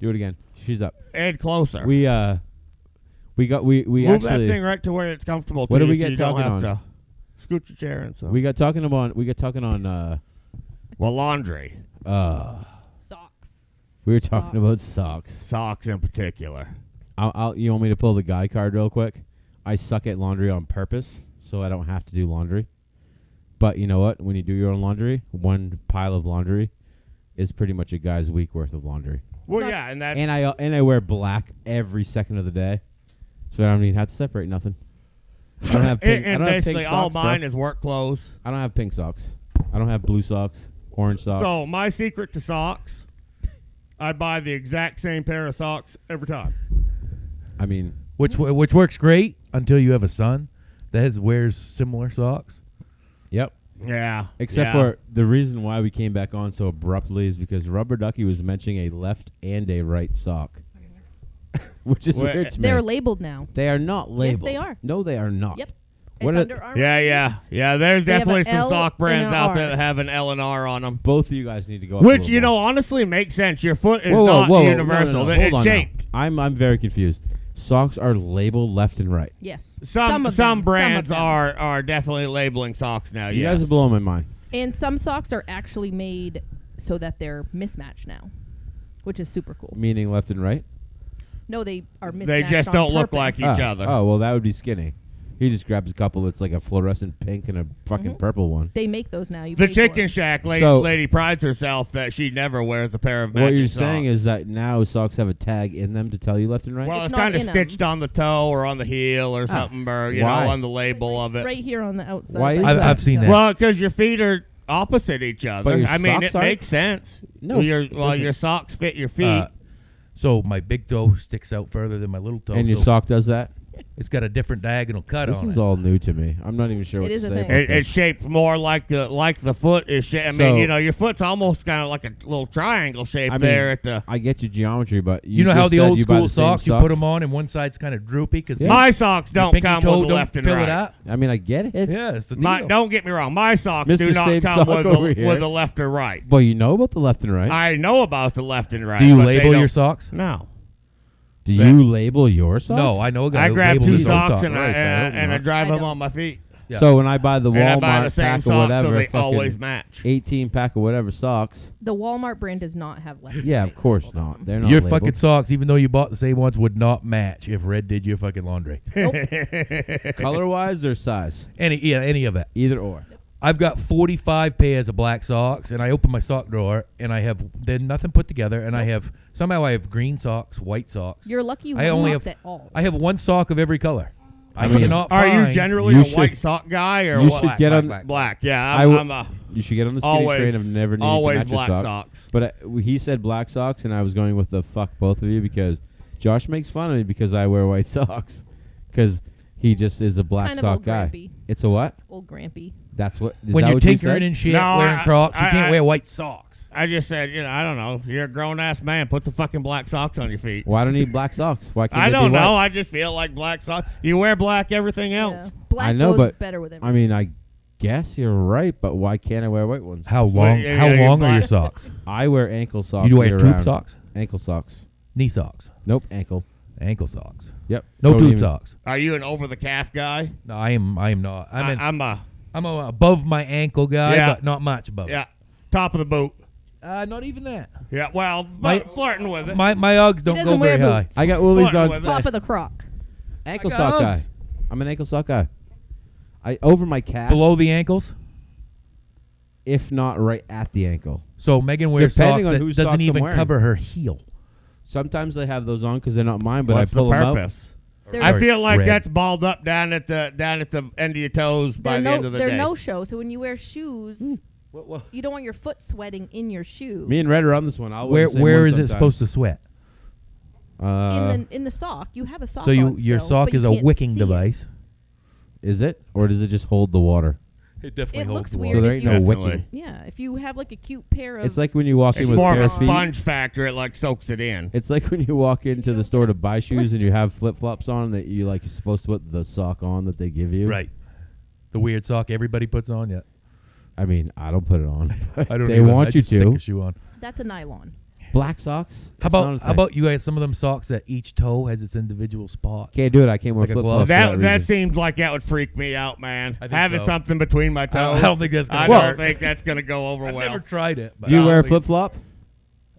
B: Do it again. She's up.
A: ed closer.
B: We uh, we got we we
A: Move
B: actually
A: that thing right to where it's comfortable.
B: What do
A: to you
B: we
A: so
B: get
A: you don't
B: talking
A: have
B: on?
A: to scoot your chair and so.
B: we got talking about we got talking on uh
A: well, laundry,
B: uh
D: socks.
B: we were talking about
D: Socks.
B: socks.
A: socks in particular.
B: I'll, I'll you want me to pull the guy card real quick? I suck at laundry on purpose, so I don't have to do laundry. But you know what? When you do your own laundry, one pile of laundry is pretty much a guy's week worth of laundry.
A: Well,
D: not-
A: yeah, and that's
B: And I uh, and I wear black every second of the day, so I don't even have to separate nothing. I don't have
A: [LAUGHS] and,
B: pink,
A: and
B: I don't have
A: basically
B: pink
A: all
B: socks, bro.
A: mine is work clothes.
B: I don't have pink socks. I don't have blue socks, orange socks.
A: So my secret to socks, I buy the exact same pair of socks every time.
B: I mean,
C: which w- which works great until you have a son that has, wears similar socks.
B: yep.
A: Yeah,
B: Except for the reason why we came back on so abruptly is because Rubber Ducky was mentioning a left and a right sock, [LAUGHS] which is
A: Well,
B: weird to me.
D: They're labeled now.
B: they are not
D: Yes,
B: labeled.
D: they are.
B: No, they are not.
D: Yep.
B: What
D: it's
B: are-
D: Under Armour.
A: yeah, yeah, yeah. There's
D: They have
A: definitely
D: a
A: some
D: L
A: sock
D: and
A: brands
D: a
A: out there
D: R.
A: that have an L and R on them,
B: Both of you guys need to go. Up a
A: which
B: little
A: you
B: more.
A: know honestly makes sense. Your foot is
B: whoa, whoa,
A: not
B: whoa, whoa. No,
A: universal;
B: no, no.
A: That
B: Hold
A: it's
B: on now.
A: shaped.
B: I'm I'm very confused. Socks are labeled left and right.
D: Yes.
A: Some some,
D: of them,
A: brands
D: some of them.
A: are are definitely labeling socks now.
B: You
A: yes.
B: guys are blowing my mind.
D: And some socks are actually made so that they're mismatched now, which is super cool.
B: Meaning left and right.
D: No, they are mismatched.
A: They just
D: on
A: don't look
D: purpose.
A: like each
B: oh.
A: other.
B: Oh well, that would be skinny. He just grabs a couple that's like a fluorescent pink and a fucking
A: Mm-hmm.
B: purple one.
D: They make those now. You
A: The
D: pay for it.
A: Chicken Shack lady,
B: So-
A: lady prides herself that she never wears a pair of matching
B: What you're
A: socks.
B: saying is that now socks have a tag in them to tell you left and right.
A: well, it's,
D: It's not
A: kind of
D: in 'em. Ah.
A: stitched on the toe or on the heel or something, or you
B: Why?
A: know, on the label of it.
D: Right here on the outside.
B: Why is
D: like
B: that?
D: that
B: I've
C: seen
D: stuff.
C: that.
A: Well, because your feet are opposite each other.
B: your
A: I mean, it
B: socks aren't?
A: makes sense.
B: No,
A: your
B: it
A: well,
B: doesn't.
A: your socks fit your feet.
C: Uh, so my big toe sticks out further than my little toe.
B: and your
C: so
B: sock does that.
C: It's got a different diagonal cut
B: This
C: on
B: is
C: it.
B: all new to me. I'm not even sure
D: It
B: what
D: is
B: to
D: a
B: say.
D: thing.
B: about
A: it, it's
B: this.
A: shaped more like the like the foot is. Sh- I
B: So-
A: mean, you know, your foot's almost kind of like a little triangle shape
B: I mean,
A: there at the.
B: I get your geometry, but you,
C: You, know how
B: just
C: the
B: said
C: old
B: you buy
C: school
B: the same
C: socks,
B: socks
C: you put them on and one side's kind of droopy because
B: Yeah.
A: My socks don't
C: pinky
A: come
C: toe
A: with
C: don't
A: left and
C: fill it
A: right.
C: up.
B: I mean, I get it.
C: Yeah, it's the deal.
A: My, don't get me wrong. My socks
B: Mr.
A: do
B: Same
A: not
B: Sock
A: come with
B: over
A: a,
B: here.
A: with a left or right.
B: Well, you know about the left and right.
A: I know about the left and right.
C: Do you
A: but they
C: label your
A: don't-
C: socks?
A: No.
B: Do you label your socks?
C: No, I know a guy
A: I
C: who
A: grab
C: labels
A: two
C: his own
A: socks and I, uh,
B: Christ, I
A: and,
B: hope
A: I- and I
B: not.
A: drive
D: I
A: them
D: don't.
A: on my feet.
C: Yeah.
B: So when I buy the
A: and I
B: Walmart
A: buy the same
B: pack
A: socks
B: or whatever,
A: so they
B: fucking
A: always match.
B: 18 pack of whatever socks.
D: The Walmart brand does not have left.
B: Yeah, of
D: right
B: course
D: labeled on
B: not.
D: them.
B: They're not
C: your
B: labeled. [LAUGHS]
C: fucking socks, even though you bought the same ones, would not match if Red
A: [LAUGHS]
C: did your fucking laundry.
B: color wise or size,
C: any, yeah, any of it.
B: either or.
C: I've got 45 pairs of black socks, and I open my sock drawer, and I have they're nothing put together, and I have somehow I have green socks, white socks.
D: You're lucky you
C: I
D: have
C: only
D: socks
C: have-
D: at all.
C: I have one sock of every color. I,
B: I mean,
C: cannot.
A: Are you
C: find-
A: generally
B: You
A: a
B: should-
A: white sock guy or
B: you
A: what?
B: should
C: Black,
B: get
C: black,
B: on.
C: black.
A: Black, yeah. I'm,
B: I will-
A: I'm a
B: You should get on the skinny
A: always
B: train of never needing to
A: always
B: match
A: black
B: a sock.
A: socks.
B: But uh, w- he said black socks, and I was going with the fuck both of you because Josh makes fun of me because I wear white [LAUGHS] socks because he just is a black
D: Kind of
B: sock
D: old
B: guy.
D: grampy.
B: It's a what?
D: Old Grampy.
B: That's what. Is
C: when
B: that
C: you're
B: what you
C: tinkering
B: said?
C: and shit,
A: No,
C: wearing
A: I-
C: Crocs,
A: I-
C: you can't
A: I-
C: wear white socks.
A: I just said, you know, I don't know. You're a grown ass man. Put some fucking black socks on your feet.
B: Why don't he black socks? Why can't
A: I
B: they
A: don't
B: be white?
A: know. I just feel like black socks. You wear black everything else.
D: Yeah. Black
B: I know,
D: goes
B: but
D: better with him.
B: I mean, I guess you're right, but why can't I wear white ones?
C: How long?
A: yeah,
C: how
A: yeah, you're
C: long are your
A: black.
C: socks?
B: I wear ankle socks.
C: You do wear
B: year
C: tube
B: round.
C: socks,
B: Ankle socks.
C: knee socks,
B: Nope, ankle.
C: ankle socks.
B: Yep.
C: No
B: Don't
C: tube
B: even-
C: socks.
A: Are you an over the calf guy?
C: No, I am. I am not. I'm. an,
A: I, am a
C: I'm a above my ankle guy,
A: Yeah.
C: but not much above. it.
A: yeah, top of the boot.
C: Uh, not even that.
A: Yeah, well, but
C: My-
A: flirting with it.
C: My my Uggs
D: he
C: don't
D: doesn't
C: go
D: wear
C: very high.
D: boots.
B: I got woolies
A: Flirting
B: on.
A: with it.
D: Top of the croc.
B: Ankle
C: I got
B: sock guy.
C: Uggs.
B: I'm an ankle sock guy. I over my calf,
C: Below the ankles.
B: if not right at the ankle.
C: So Megan wears
B: Depending
C: socks
B: on
C: that
B: whose
C: doesn't
B: socks I'm
C: even
B: wearing.
C: cover her heel.
B: Sometimes they have those on because they're not mine, but
A: What's
B: I pull
A: the
B: them out.
A: purpose?
D: There
A: I
D: are,
A: feel like
C: Red.
A: that's balled up down at the down at the end of your toes by
D: there are
A: the
D: no,
A: end of the
D: there
A: day.
D: are no show. So when you wear shoes,
B: Mm.
D: you don't want your foot sweating in your shoe.
B: Me and Red are on this one. I'll
C: Where where is it supposed to sweat?
B: Uh,
D: in the in the sock, you have a sock.
C: so you
D: on
C: your
D: still,
C: sock
D: but you
C: is a
D: can't
C: wicking
D: see it.
C: device.
B: is it or does it just hold the water?
C: It definitely
D: It looks
B: so
D: weird.
B: there
D: if
B: ain't
D: you
B: no
A: Definitely.
B: wicking.
D: Yeah, if you have like a cute pair of
B: It's like when you walk
A: It's
B: in with
A: more of
B: bare
A: a
B: feet.
A: sponge factor. It like soaks it in.
B: It's like when you walk into the store to buy shoes and you have flip flops on that you like you're supposed to put the sock on that they give you.
C: Right. The weird sock everybody puts on. Yeah.
B: I mean, I don't put it on. but
C: [LAUGHS] I don't.
B: They
C: even- I
B: want you
C: just stick
B: to.
C: a shoe on.
D: that's a nylon.
B: Black socks.
C: How
B: It's not a
C: about how
B: thing.
C: about you guys? Some of them socks that each toe has its individual spot.
B: Can't do it. I can't wear
C: Like a
B: flip flops.
C: glove.
A: that that,
B: that's
A: seems like that would freak me out, man.
C: I think
A: Having
C: so.
A: something between my
C: I
A: toes.
C: don't think that's gonna
A: I don't
C: work.
A: think that's gonna go over
C: [LAUGHS] I've
A: well.
C: never tried it. But
B: you
A: No,
B: wear a
A: please.
B: flip flop.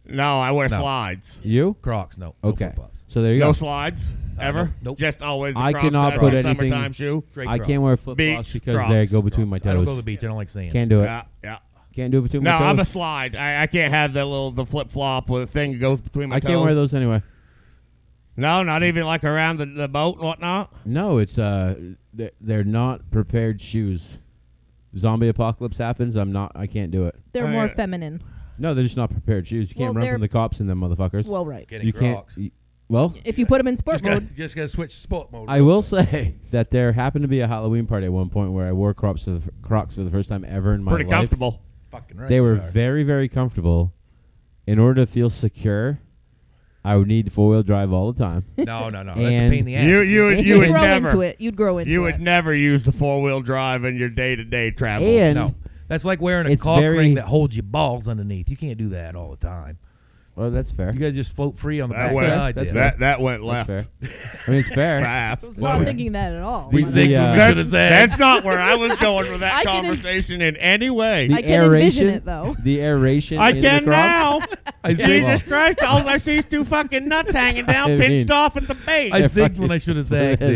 A: no, I wear
C: No.
A: slides.
B: You
C: Crocs, no. no
B: okay?
C: flip-flops.
B: so there you
A: No
B: go.
A: slides ever.
C: no. Uh, Nope.
A: Just always. The
B: I
A: Crocs.
B: cannot
A: That's
B: put
A: my
B: anything-
A: summertime shoe.
C: Straight
B: I
C: Crocs.
B: can't wear flip flops
A: Beach
B: because
A: Crocs.
B: they go between my
C: I don't go to the
B: toes.
C: beach. I don't like sand.
B: Can't do it.
A: Yeah, yeah.
B: Can't do it between
A: No,
B: my toes.
A: I'm a slide. I, I can't have that little the flip flop with a thing that goes between my
B: I
A: toes.
B: can't wear those anyway.
A: No, not even like around the, the boat and whatnot.
B: No, it's uh, they're, they're not prepared shoes. Zombie apocalypse happens. I'm not. I can't do it.
D: They're
A: Oh,
D: more
A: yeah.
D: feminine.
B: No, they're just not prepared shoes. You can't
D: Well,
B: run
D: they're-
B: from the cops in them motherfuckers.
D: Well, right.
C: Getting
B: you can't.
C: Crocs.
B: y- well,
D: If you put them in sport
C: Just gotta,
D: mode,
C: just gotta switch sport mode.
B: I will [LAUGHS] say that there happened to be a Halloween party at one point where I wore Crocs for the, f- Crocs for the first time ever in my
A: Pretty
B: life.
A: comfortable.
C: Fucking right.
B: They were
C: are.
B: very, very comfortable. In order to feel secure, I would need four wheel drive all the
D: [LAUGHS]
B: time.
C: no, no, no. That's a
B: And-
C: pain in the ass.
A: You [LAUGHS] you would you
D: would
A: would
D: grow
A: never
D: into it. You'd grow into
A: you
D: it.
A: would never use the four wheel drive in your day to day travel.
B: And-
C: no, that's like wearing a
B: It's
C: cock
B: very-
C: ring that holds your balls underneath. You can't do that all the time.
B: Well, that's fair.
C: You guys just float free on the
A: that
B: fair.
C: backside.
A: went
B: That's
C: there.
A: that that went
B: that's
A: left
B: fair. I mean, it's fair.
A: fast.
D: I was not thinking that at all.
B: We
D: Why
B: think-
D: not?
B: uh,
C: That's-
A: That's, that's not where I was going with
D: [LAUGHS] I
A: that
D: can en-
A: conversation in any way.
B: The
D: I can
B: aeration,
D: envision it, though.
B: The aeration.
A: I
B: in the
A: can
B: Crocs,
A: now.
B: [LAUGHS]
C: I zigged,
A: Jesus Christ! All I see is two fucking nuts
B: [LAUGHS]
A: hanging down,
B: I mean-
A: pinched off at the base.
C: I zigged
B: right.
C: when I should have
B: It
C: zagged. Yeah.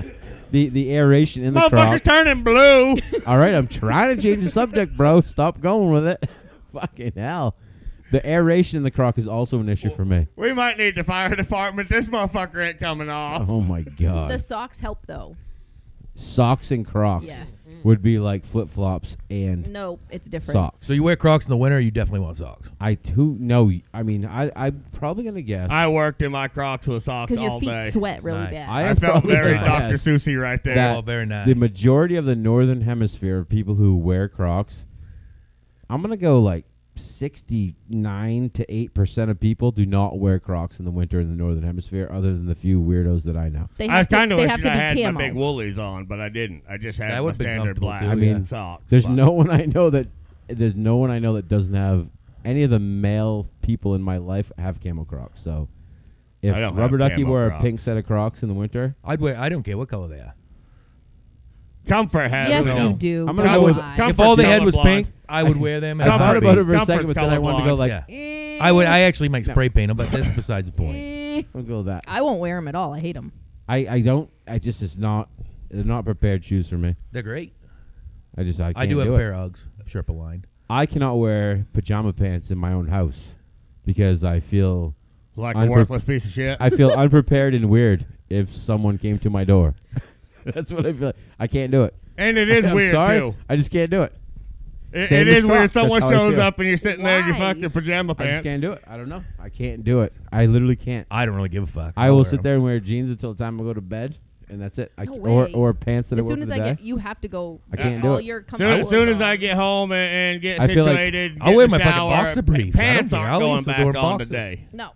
B: is. the the aeration in the
A: Motherfucker's
B: Croc.
A: turning blue.
B: [LAUGHS] All right, I'm trying to change the subject, bro. Stop going with it. [LAUGHS] Fucking hell. The aeration in the Croc is also an issue for me.
A: We might need the fire department. This motherfucker ain't coming off.
B: Oh my
D: The
B: god.
D: socks help though.
B: Socks and Crocs
D: Yes.
B: would be like flip flops and
D: No, it's different.
B: socks.
C: So you wear Crocs in the winter, you definitely want socks.
B: I too no. I mean, I I'm probably gonna guess.
A: I worked in my Crocs with socks
D: Because your
A: all
D: feet
A: day.
D: sweat really
C: Nice.
D: bad.
B: I
A: I
B: am
A: felt
B: probably
A: very
B: gonna
A: Dr.
B: guess
A: Susie right there.
B: that
C: Oh, very nice.
B: The majority of the northern hemisphere of people who wear Crocs, I'm gonna go like 69 to 8 percent of people do not wear Crocs in the winter in the northern hemisphere, other than the few weirdos that I know.
D: They
A: I was
D: have to,
A: kind of
D: they have
A: wishing
D: to
A: I had
D: be camo.
A: my big woolies on, but I didn't. I just had
C: That
A: my
C: would've been
A: standard
C: comfortable,
A: black
C: too,
B: I mean,
A: socks.
B: There's
A: but-
B: no one I know that there's no one I know that doesn't have any of the male people in my life have camo Crocs. So if
A: I don't
B: Rubber
A: have
B: Ducky
A: camo
B: wore a
A: Crocs.
B: pink set of Crocs in the winter,
C: I'd wear. I don't care what color they are.
A: comfort has
D: yes,
A: no.
D: you do.
B: I'm gonna
D: Come
B: go with-
D: on.
A: come-
C: if all they had
A: Comfort's
C: was
A: colorblind.
C: pink, I would wear them. in
B: I
C: a
B: thought about it for
C: heartbeat.
B: a second,
A: Comfort's
B: but then I wanted to go
A: colorblind.
B: like,
C: Yeah. I would.
D: Eh.
C: I actually make spray paint them, but that's besides the point.
B: eh, I'll go with that.
D: I won't wear them at all. I hate them.
B: I, I don't. I just it's not. They're not prepared shoes for me.
C: They're great.
B: I just I
C: I
B: can't
C: do have
B: do
C: a
B: it.
C: pair of Uggs, Sherpa line.
B: I cannot wear pajama pants in my own house because I feel [LAUGHS]
A: Like
B: Unpre-
A: a worthless piece of shit.
B: I
A: [LAUGHS]
B: feel unprepared and weird if someone came to my door. That's what I feel. Like. I can't do it.
A: and it is
B: I'm
A: weird
B: sorry.
A: too.
B: I just can't do it.
A: It,
B: Same
A: it
B: as
A: is weird.
B: Fox, that's
A: Someone
B: how I
A: shows
B: feel.
A: up and you're sitting there in your
D: Why?
A: fucking pajama
B: I just
A: pants.
B: can't do it. I don't know. I can't do it. I literally can't.
C: I don't really give a fuck.
B: I
C: I'll
B: will
C: wear
B: sit
C: them.
B: there and wear jeans until the time I go to bed, and that's it. I
D: No
B: c- or
D: way.
B: or pants that
D: As
B: I wear
D: soon
B: for
D: as
B: the
D: I
B: day.
D: get, you have to go.
B: I
D: get
B: can't do
D: all
B: it.
D: Your
A: Soon, as
D: comfortable
A: soon as
D: clothes
A: I
D: on.
A: get home and, and get
B: I feel like-
A: situated,
C: I'll
A: get
C: wear
A: in the
C: my fucking
A: shower,
C: boxer briefs. I
A: Pants
C: don't care.
A: aren't
C: I'll
A: going
C: use the
A: back
C: word
A: on
C: boxer.
A: today.
D: no,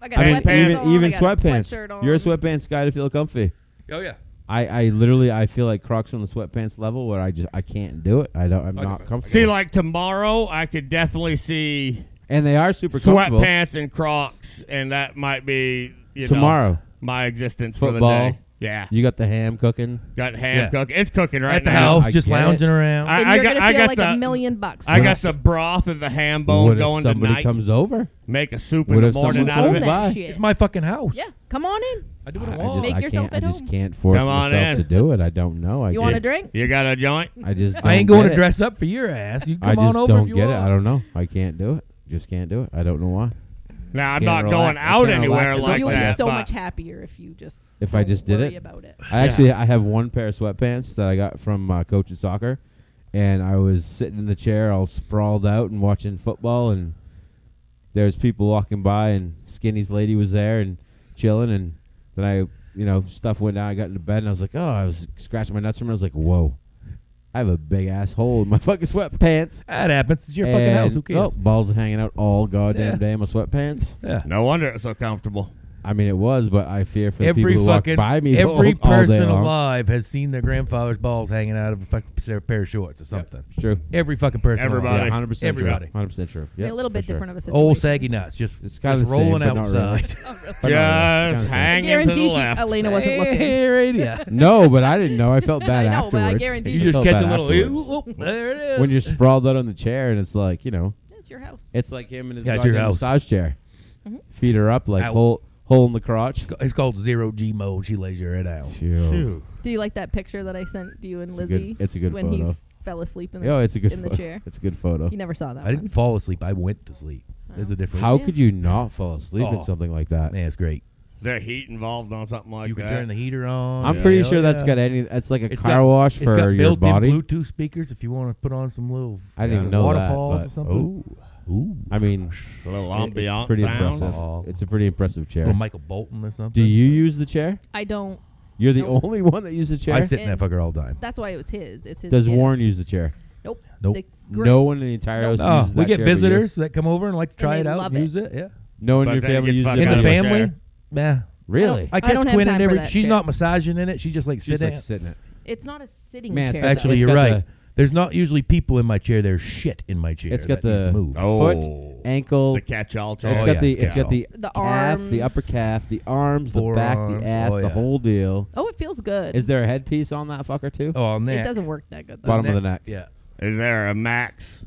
D: I got
B: I
A: And
B: mean,
D: sweatpants
B: even
D: on.
B: even
D: I got a
B: sweatpants.
D: sweatshirt on.
B: You're a sweatpants guy to feel comfy.
C: Oh yeah.
B: I, I literally I feel like Crocs on the sweatpants level where I just I can't do it. I don't I'm
C: Okay.
B: not comfortable.
A: See, like tomorrow, I could definitely see
B: and they are super comfortable.
A: sweatpants and Crocs, and that might be you know,
B: Tomorrow.
A: my existence for
B: Football.
A: the day. Yeah,
B: You got the ham cooking.
A: got ham
C: Yeah.
A: cooking. It's cooking right
C: At the
A: now.
C: house,
B: I
C: just
B: get it.
C: lounging around.
A: I,
D: And
A: I
D: you're
A: got
D: gonna
A: I
D: feel
A: got
D: like
A: the
D: a million bucks.
A: I
D: when
A: got the broth and the ham bone
B: what
A: going
B: if somebody
A: tonight.
B: comes over?
A: Make a soup
B: What
A: in the
B: if
A: morning
B: someone
A: out of
B: comes
A: it.
B: over?
D: that
B: buy.
D: shit.
C: It's my fucking house.
D: Yeah, come on in.
C: I do what
B: I,
C: I
B: I
C: want.
B: just
D: Make
B: I
D: yourself
B: can't I
D: at
B: just
D: home.
B: can't force
A: Come on
B: myself to
A: in.
B: do it. I don't know. I
D: You want a
B: get-
D: drink?
A: You got a joint?
B: I just
C: I ain't
B: don't
C: going
B: get
C: to
B: it.
C: dress up for your ass. You come
B: I just
C: on over
B: don't
C: if you
B: get it.
C: want.
B: I don't know. I can't do it. Just can't do it. I don't know why.
A: Now I'm
B: Can't
A: not
B: relax.
A: going
B: I
A: out
B: can't
A: anywhere
B: relax. It's
A: like
D: you would
A: that.
D: be so
A: but
D: much happier if you just.
B: If I
D: don't
B: just did
D: worry
B: it?
D: about it.
B: I actually I have one pair of sweatpants that I got from uh, coach in soccer, and I was sitting in the chair all sprawled out and watching football, and there's people walking by, and Skinny's lady was there and chilling, and then I you know stuff went down. I got into bed and I was like, oh, I was scratching my nuts from it. I was like, whoa, I have a big ass hole in my [LAUGHS] fucking sweatpants.
C: That happens. It's your fucking house. Who
B: And,
C: cares?
B: oh, balls are hanging out all goddamn
C: Yeah.
B: day in my sweatpants.
C: Yeah.
A: no wonder it's so comfortable.
B: I mean, it was, but I fear for the
C: every
B: people who walk
C: fucking
B: by me all- all
C: every
B: day
C: person
B: long.
C: alive has seen their grandfather's balls hanging out of a fucking pair- pair of shorts or something.
B: It's True.
C: Every fucking person. alive.
A: Everybody.
B: hundred percent.
C: Everybody.
B: hundred percent true.
D: I mean,
B: Yep,
D: a little
B: for
D: bit
B: sure.
D: different of a situation.
C: Old saggy nuts, just
B: It's kinda
C: just
B: the same,
C: rolling
B: but not really.
C: outside.
B: But not really.
A: Just
B: Kinda same.
D: I
A: hanging to the
D: guarantee she,
A: left.
D: Elena wasn't looking.
C: Hey,
D: [LAUGHS]
C: radio.
B: No, but I didn't know. I felt bad
D: I know,
B: afterwards.
D: but I guarantee
B: I
C: You
D: You
C: just
B: felt
C: catch
B: bad
C: a little.
B: afterwards.
C: Ooh, ooh, there it is.
B: when you're sprawled out on the chair and it's like you know,
D: It's your house.
B: it's like him and his
C: Yeah, it's your
B: goddamn
C: house.
B: massage chair.
D: Mhm.
B: Feet are up, like
C: Ow.
B: hole hole in the crotch.
C: It's ca- it's called zero G mode. She lays your head out.
B: Phew.
D: Do you like that picture that I sent to you and
B: It's a good-
D: Lizzie?
B: it's a good
D: when
B: photo.
D: he fell asleep in the,
B: Yo, it's a good
D: in the
B: photo.
D: chair.
B: It's a good photo.
D: You never saw that.
C: I didn't
D: One.
C: fall asleep. I went to sleep. There's a
D: Oh.
C: difference.
B: How
D: Yeah.
B: could you not fall asleep in
C: Oh.
B: something like that?
C: Man, it's great.
A: Their heat involved on something like
C: you
A: that.
C: can turn the heater on.
B: I'm
C: Yeah.
B: pretty
C: Hell
B: sure that's
C: yeah.
B: got any. That's like a
C: It's
B: car
C: got-
B: wash
C: it's got
B: for your
C: built-in
B: body.
C: Bluetooth speakers if you want to put on some little.
B: I didn't
C: uh,
B: even know
C: waterfalls
B: that.
C: or
B: but-
C: something. Ooh,
B: I mean,
A: a little
B: it-
A: ambiance
B: it's pretty
A: sound.
B: impressive.
C: Oh.
B: It's a pretty impressive chair.
C: little Michael Bolton or something.
B: Do you use the chair?
D: I don't.
B: You're the
D: Nope.
B: only one that used the chair.
C: I sit in that
D: And-
C: fucker all the time.
D: That's why it was his. It's his.
B: Does
D: gift.
B: Warren use the chair?
D: Nope.
C: Nope.
D: The gr-
B: No one in the entire house.
D: Nope.
C: Oh,
B: uses
C: we
B: that
C: get
B: chair but you.
C: visitors that come over and like to
D: And
C: try
D: they
C: it out
D: love
C: and
D: it.
C: use it. Yeah.
B: No one in
A: But
B: your
A: that
B: family
A: gets
B: uses
A: fucked
B: it.
A: out
C: in the
A: of
B: but you.
A: chair.
C: family. Yeah.
B: Really?
C: I
D: I
C: catch
D: don't have
C: Quinn
D: time
C: in
D: for
C: every.
D: that
C: She's
D: shit.
C: not massaging in it. She's just like
B: She's
C: sitting.
B: like sitting it.
D: It's not a sitting
B: Man, it's
D: chair.
B: got
D: though.
C: Actually,
B: It's
C: you're
B: got
C: right.
B: the-
C: There's not usually people in my chair. There's shit in my chair.
B: It's got
C: that needs
B: the-
C: moved.
A: Oh,
B: Foot, ankle.
A: the
B: It's
A: catch-all chair.
C: Oh,
B: got
C: yeah,
B: the.
C: it's
B: It's got
C: catch-all.
B: the
D: The
B: calf, the
D: arms.
B: upper calf, the arms, the back,
C: Forearms.
B: the ass,
C: Oh,
B: the
C: yeah.
B: whole deal.
D: Oh, it feels good.
B: Is there a headpiece on that fucker too?
C: Oh, on that.
D: It doesn't work that good though.
B: Bottom of the neck.
C: Yeah. Oh,
A: Is there a max?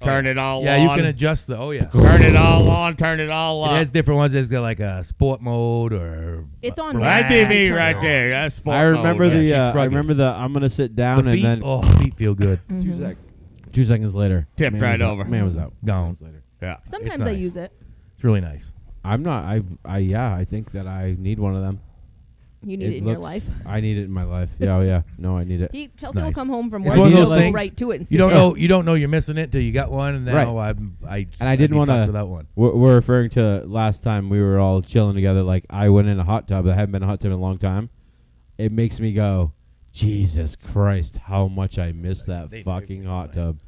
A: Turn it all
C: Yeah,
A: on.
C: you can adjust the. Oh yeah.
A: turn it all on. Turn it all
C: It
A: off.
C: has different ones. It's got like a sport mode or.
D: It's on.
A: That
D: max.
A: TV right there. That's sport
B: I remember
A: mode.
B: the.
C: She's
B: Uh, I
C: rugged.
B: remember the. I'm gonna sit
C: The
B: down and
C: feet.
B: then
C: oh, feet feel good.
B: two sec. Two seconds later,
A: Tipped
B: man
A: right
B: was out-
A: over.
B: Man was out.
C: Gone.
A: Yeah.
D: Sometimes
C: It's
D: I
C: nice.
D: use it.
C: It's really nice.
B: I'm not. I. I. Yeah. I think that I need one of them.
D: You need it, in your
B: looks-
D: life.
B: I need it in my
D: [LAUGHS]
B: life. Yeah, oh, yeah. No, I need it.
D: He, Chelsea will
C: nice.
D: come home from
C: It's
D: work.
C: one
D: and
C: of
D: He'll
C: those
D: go
C: things
D: right to it and
C: You
D: sit
C: don't
D: down.
C: know. You don't know you're missing it till you got one, and now
B: Right.
C: I'm. I
B: and I didn't
C: want to
B: to.
C: without one.
B: We're, we're referring to last time we were all chilling together. Like I went in a hot tub. I haven't been in a hot tub in a long time. It makes me go, Jesus Christ, how much I miss that
C: They do
B: fucking
C: everything
B: hot
C: right.
B: tub.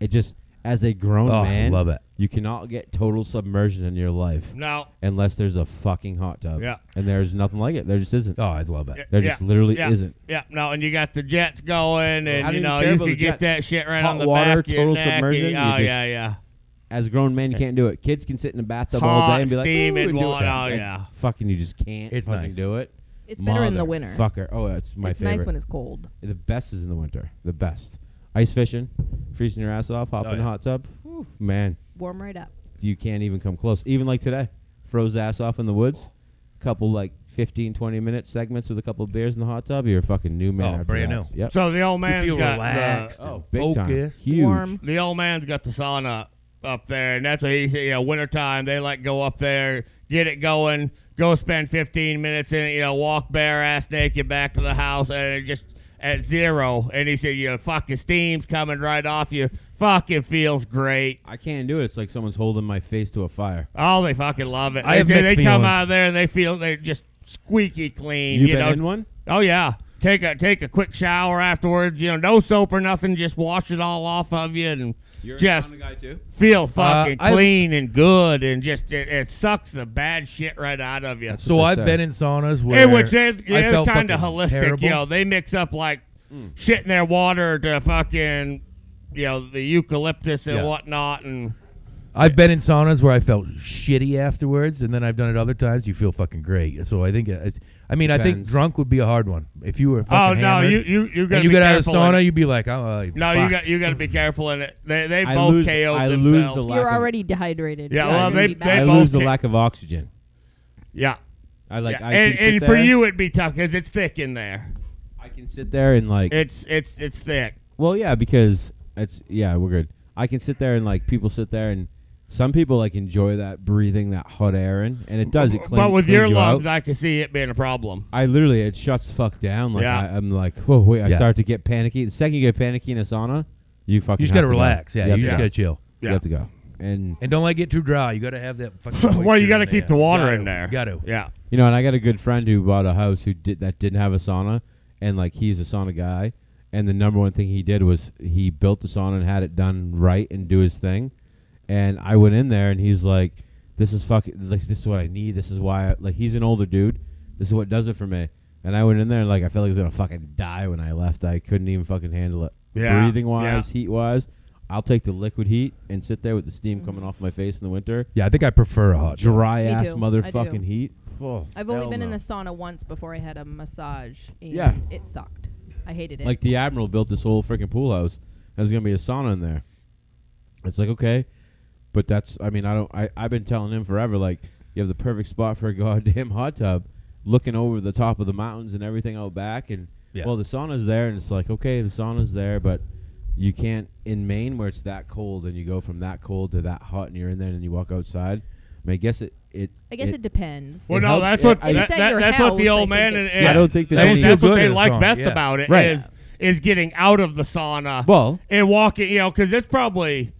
B: It just as a grown
C: Oh, I
B: man,
C: love it.
B: You cannot get total submersion in your life
A: No.
B: unless there's a fucking hot tub.
A: Yeah.
B: and there's nothing like it. There just isn't.
C: Oh, I love it.
A: Yeah,
B: There
A: yeah,
B: just literally
A: yeah,
B: isn't.
A: Yeah, no, and you got the jets going, and
B: don't
A: you
B: even
A: know
B: care
A: you
B: about the
A: could get
B: jets.
A: that shit right
B: Hot
A: on the
B: water,
A: back of your
B: total
A: neck, and-
B: submersion, you
A: Oh
B: just-
A: yeah, yeah.
B: As a grown man, you can't do it. Kids can sit in the bathtub all
A: Hot
B: day and be like,
A: steam
B: "Ooh,"
A: and
B: do it.
A: water, oh,
B: Like,
A: yeah.
B: fucking you just can't
C: It's
B: fucking
C: nice.
B: do it.
D: It's better in the winter.
B: Fucker. Oh, it's my
D: it's
B: favorite.
D: nice when it's cold.
B: the best is in the winter. The best. Ice fishing, freezing your ass off, hop
C: Oh,
B: in a
C: yeah.
B: hot tub. Whew, man,
D: Warm right up.
B: you can't even come close. Even like today, froze ass off in the woods. Couple like 15, 20 minute segments with a couple of beers in the hot tub, you're a fucking new man.
C: Oh,
B: after
C: brand
B: that.
C: new.
B: Yep.
A: So the old
C: You
A: man's
C: feel
A: got
C: relaxed.
A: The,
B: oh,
C: and
B: big time.
C: focused.
B: Huge.
D: Warm.
A: the old man's got the sauna up there, and that's what he said. You know, wintertime, they like go up there, get it going, go spend 15 minutes in it, you know, walk bare ass naked back to the house, and it just at zero. And he said, your fucking steam's coming right off you. Fucking feels great.
B: I can't do it. It's like someone's holding my face to a fire.
A: Oh, they fucking love it.
C: I
A: They,
C: have
A: say
C: mixed
A: they come
C: feelings.
A: out of there and they feel they're just squeaky clean.
B: You,
A: You,
B: been
A: know,
B: in one?
A: Oh yeah. Take a take a quick shower afterwards. You know, no soap or nothing. Just wash it all off of you and just
B: guy too.
A: feel
C: Uh,
A: fucking
C: I've-
A: clean and good and just it, it sucks the bad shit right out of you.
C: So
B: what they
C: I've
B: say.
C: been in saunas where
A: And which is
C: I
A: they're
C: felt
A: kind of
C: fucking
A: holistic.
C: terrible.
A: You know, they mix up like shit in their water to fucking you know the eucalyptus and
C: Yeah.
A: whatnot and.
C: I've been in saunas where I felt shitty afterwards, and then I've done it other times. You feel fucking great. So I think, it, I mean, I think
B: Depends.
C: drunk would be a hard one. If you were
A: Oh
C: fucking
A: no!
C: hammered
A: You you you got to
C: and you
A: be
C: get out of the
A: careful. in
C: sauna,
A: it.
C: you'd be like, oh, like,
A: no, you
C: fuck.
A: got you got to be careful in it. They they
B: I
A: both
B: lose-
A: KO'd
B: I lose the
A: themselves.
B: li-
D: You're
B: lack of-
D: already dehydrated.
A: Yeah,
D: You're
A: well,
D: gonna
A: they-
D: be back.
A: they
B: I
A: both
B: lose the
A: ca-
B: lack of oxygen.
A: yeah,
B: I like.
A: yeah.
B: I
A: and
B: can sit
A: and for
B: there-
A: you it'd be tough because it's thick in there.
B: I can sit there and like.
A: It's it's it's thick.
B: Well, yeah, because it's yeah, we're good. I can sit there and like people sit there and some people like enjoy that breathing that hot air in, and it does it. Clean,
A: but with
B: cleans
A: your
B: you
A: lungs,
B: out.
A: I can see it being a problem.
B: I, literally it shuts the fuck down. Like
A: Yeah.
B: I, I'm like, whoa, wait, I
C: Yeah.
B: start to get panicky. The second you get panicky in a sauna, you fucking
C: you just
B: got to go.
C: relax. Yeah,
B: you,
C: you
B: have
C: just
B: to
C: got
B: go.
C: to chill.
B: You
A: Yeah.
B: have to go. And
C: And don't let it get too dry. You got to have that fucking.
A: well, you
C: got
A: got to
C: to
A: keep the water in there.
C: Got to.
A: Yeah.
B: you know, and I got a good friend who bought a house who did that didn't have a sauna, and like he's a sauna guy. And the number one thing he did was he built the sauna and had it done right and do his thing. And I went in there and he's like, "This is fucking. Like, this is what I need. This is why. I, like, he's an older dude. This is what does it for me." And I went in there and like I felt like I was gonna fucking die when I left. I couldn't even fucking handle it.
A: Yeah,
B: Breathing wise,
A: yeah.
B: heat wise, I'll take the liquid heat and sit there with the
D: Mm.
B: steam coming off my face in the winter.
C: Yeah, I think I prefer a hot.
B: Dry ass
D: too. I do.
B: motherfucking heat. Oh,
D: I've only
B: hell
D: been in
B: no.
D: a sauna once before I had a massage. And
B: Yeah.
D: It sucked. I hated it.
B: Like the admiral built this whole freaking pool house. and There's gonna be a sauna in there. It's like okay, but that's I mean I don't I I've been telling him forever like you have the perfect spot for a [LAUGHS] goddamn hot tub, looking over the top of the mountains and everything out back and
C: Yeah.
B: well the sauna's there and it's like okay the sauna's there but you can't in Maine where it's that cold and you go from that cold to that hot and you're in there and then you walk outside. I mean I guess it it
D: I guess it, depends.
A: Well,
B: It
A: no,
B: helps.
A: that's
B: Yeah,
A: what
B: I- If
A: that,
D: it's at
A: that-
D: your
A: that's what the
D: house,
A: old
D: I think
A: man and,
D: it's-
A: and
B: I don't think there's
A: they-
B: any-
A: that's
C: Feel
A: what
C: good
A: they
C: in a
A: like
C: sauna,
A: best
C: yeah.
A: about it is
B: Right.
A: is getting out of the sauna.
B: Well-
A: and walking, you know, because it's probably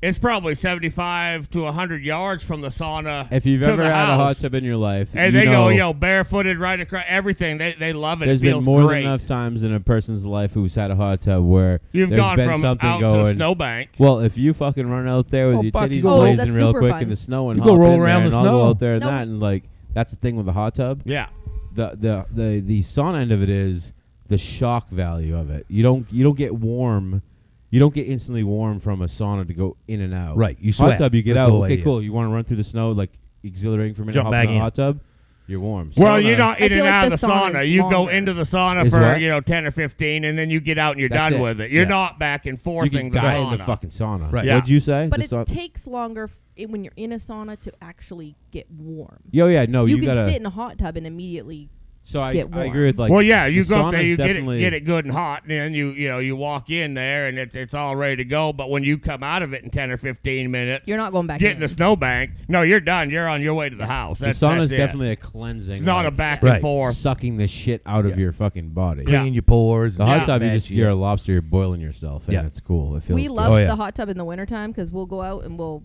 A: it's probably seventy five to hundred yards from the sauna.
B: if you've
A: to
B: ever
A: the
B: had a
A: house,
B: hot tub in your life
A: and
B: you
A: they
B: know,
A: go, you know, barefooted right across everything. They they love it.
B: There's
A: it feels
B: been more
A: great.
B: than enough times in a person's life who's had a hot tub where
A: You've
B: there's
A: gone
B: been
A: from
B: something
A: out
B: going.
A: to Snowbank.
B: Well, if you fucking run out there with
C: Oh,
B: your
C: fuck,
B: titties
C: you go-
D: Oh,
B: blazing
D: that's
B: real
D: super
B: quick
D: fun.
B: in the snow and
C: You go
B: hop
C: roll
B: in
C: around
B: there
C: the
B: and I'll
C: snow.
B: go out there and
D: No.
B: that and like that's the thing with the hot tub.
A: Yeah,
B: The the the the sauna end of it is the shock value of it. You don't you don't get warm. You don't get instantly warm from a sauna to go in and out.
C: Right, you
B: Hot
C: sweat.
B: tub, you get
C: That's
B: out.
C: the whole
B: Okay,
C: idea.
B: cool. You want to run through the snow, like exhilarating for a minute.
C: Jump
B: hop
C: back
B: in the
C: in.
B: hot tub. You're warm.
A: Well,
B: Sauna-
A: you're not
D: I
A: in
D: feel
A: and
D: like
A: out
D: the
A: of the
D: sauna
A: sauna.
D: is
A: You go
D: longer.
A: into the sauna
B: Is
A: for
B: what?
A: you know ten or fifteen, and then you get out and you're
B: That's
A: done
B: it.
A: with it. You're
B: Yeah.
A: not back and
B: you
A: forthing
B: can
A: the
B: die
A: sauna.
B: in the fucking sauna.
C: Right.
A: Yeah.
B: What'd you say?
D: but
B: The
D: it
B: sau-
D: takes longer f- it, when you're in a sauna to actually get warm.
B: Yo, yeah, no, Oh, you,
D: you, can
B: gotta.
D: sit in a hot tub and immediately.
B: so I,
D: get
B: I
D: warm.
B: agree with like.
A: well, yeah, you
B: the
A: go up there,
B: sauna's
A: you get it,
B: definitely-
A: get it good and hot, and then you you know you walk in there and it's it's all ready to go. But when you come out of it in ten or fifteen minutes,
D: You're not going back.
A: getting
D: in.
A: the snowbank. No, you're done. You're on your way to the house.
B: The
A: That's,
B: sauna
A: that's
B: is
A: it.
B: definitely a cleansing.
A: It's not a
B: like,
A: back
C: Right.
A: and forth.
B: sucking the shit out of
C: Yeah.
B: your fucking body.
A: Yeah.
C: Clean your pores.
B: The hot
A: Yeah.
B: tub, you
C: Bad
B: just
C: shit.
B: you're a lobster, you're boiling yourself, and
C: Yeah.
B: it's cool. It feels
D: we
B: good.
D: love
C: Oh, yeah.
D: the hot tub in the wintertime because we'll go out and we'll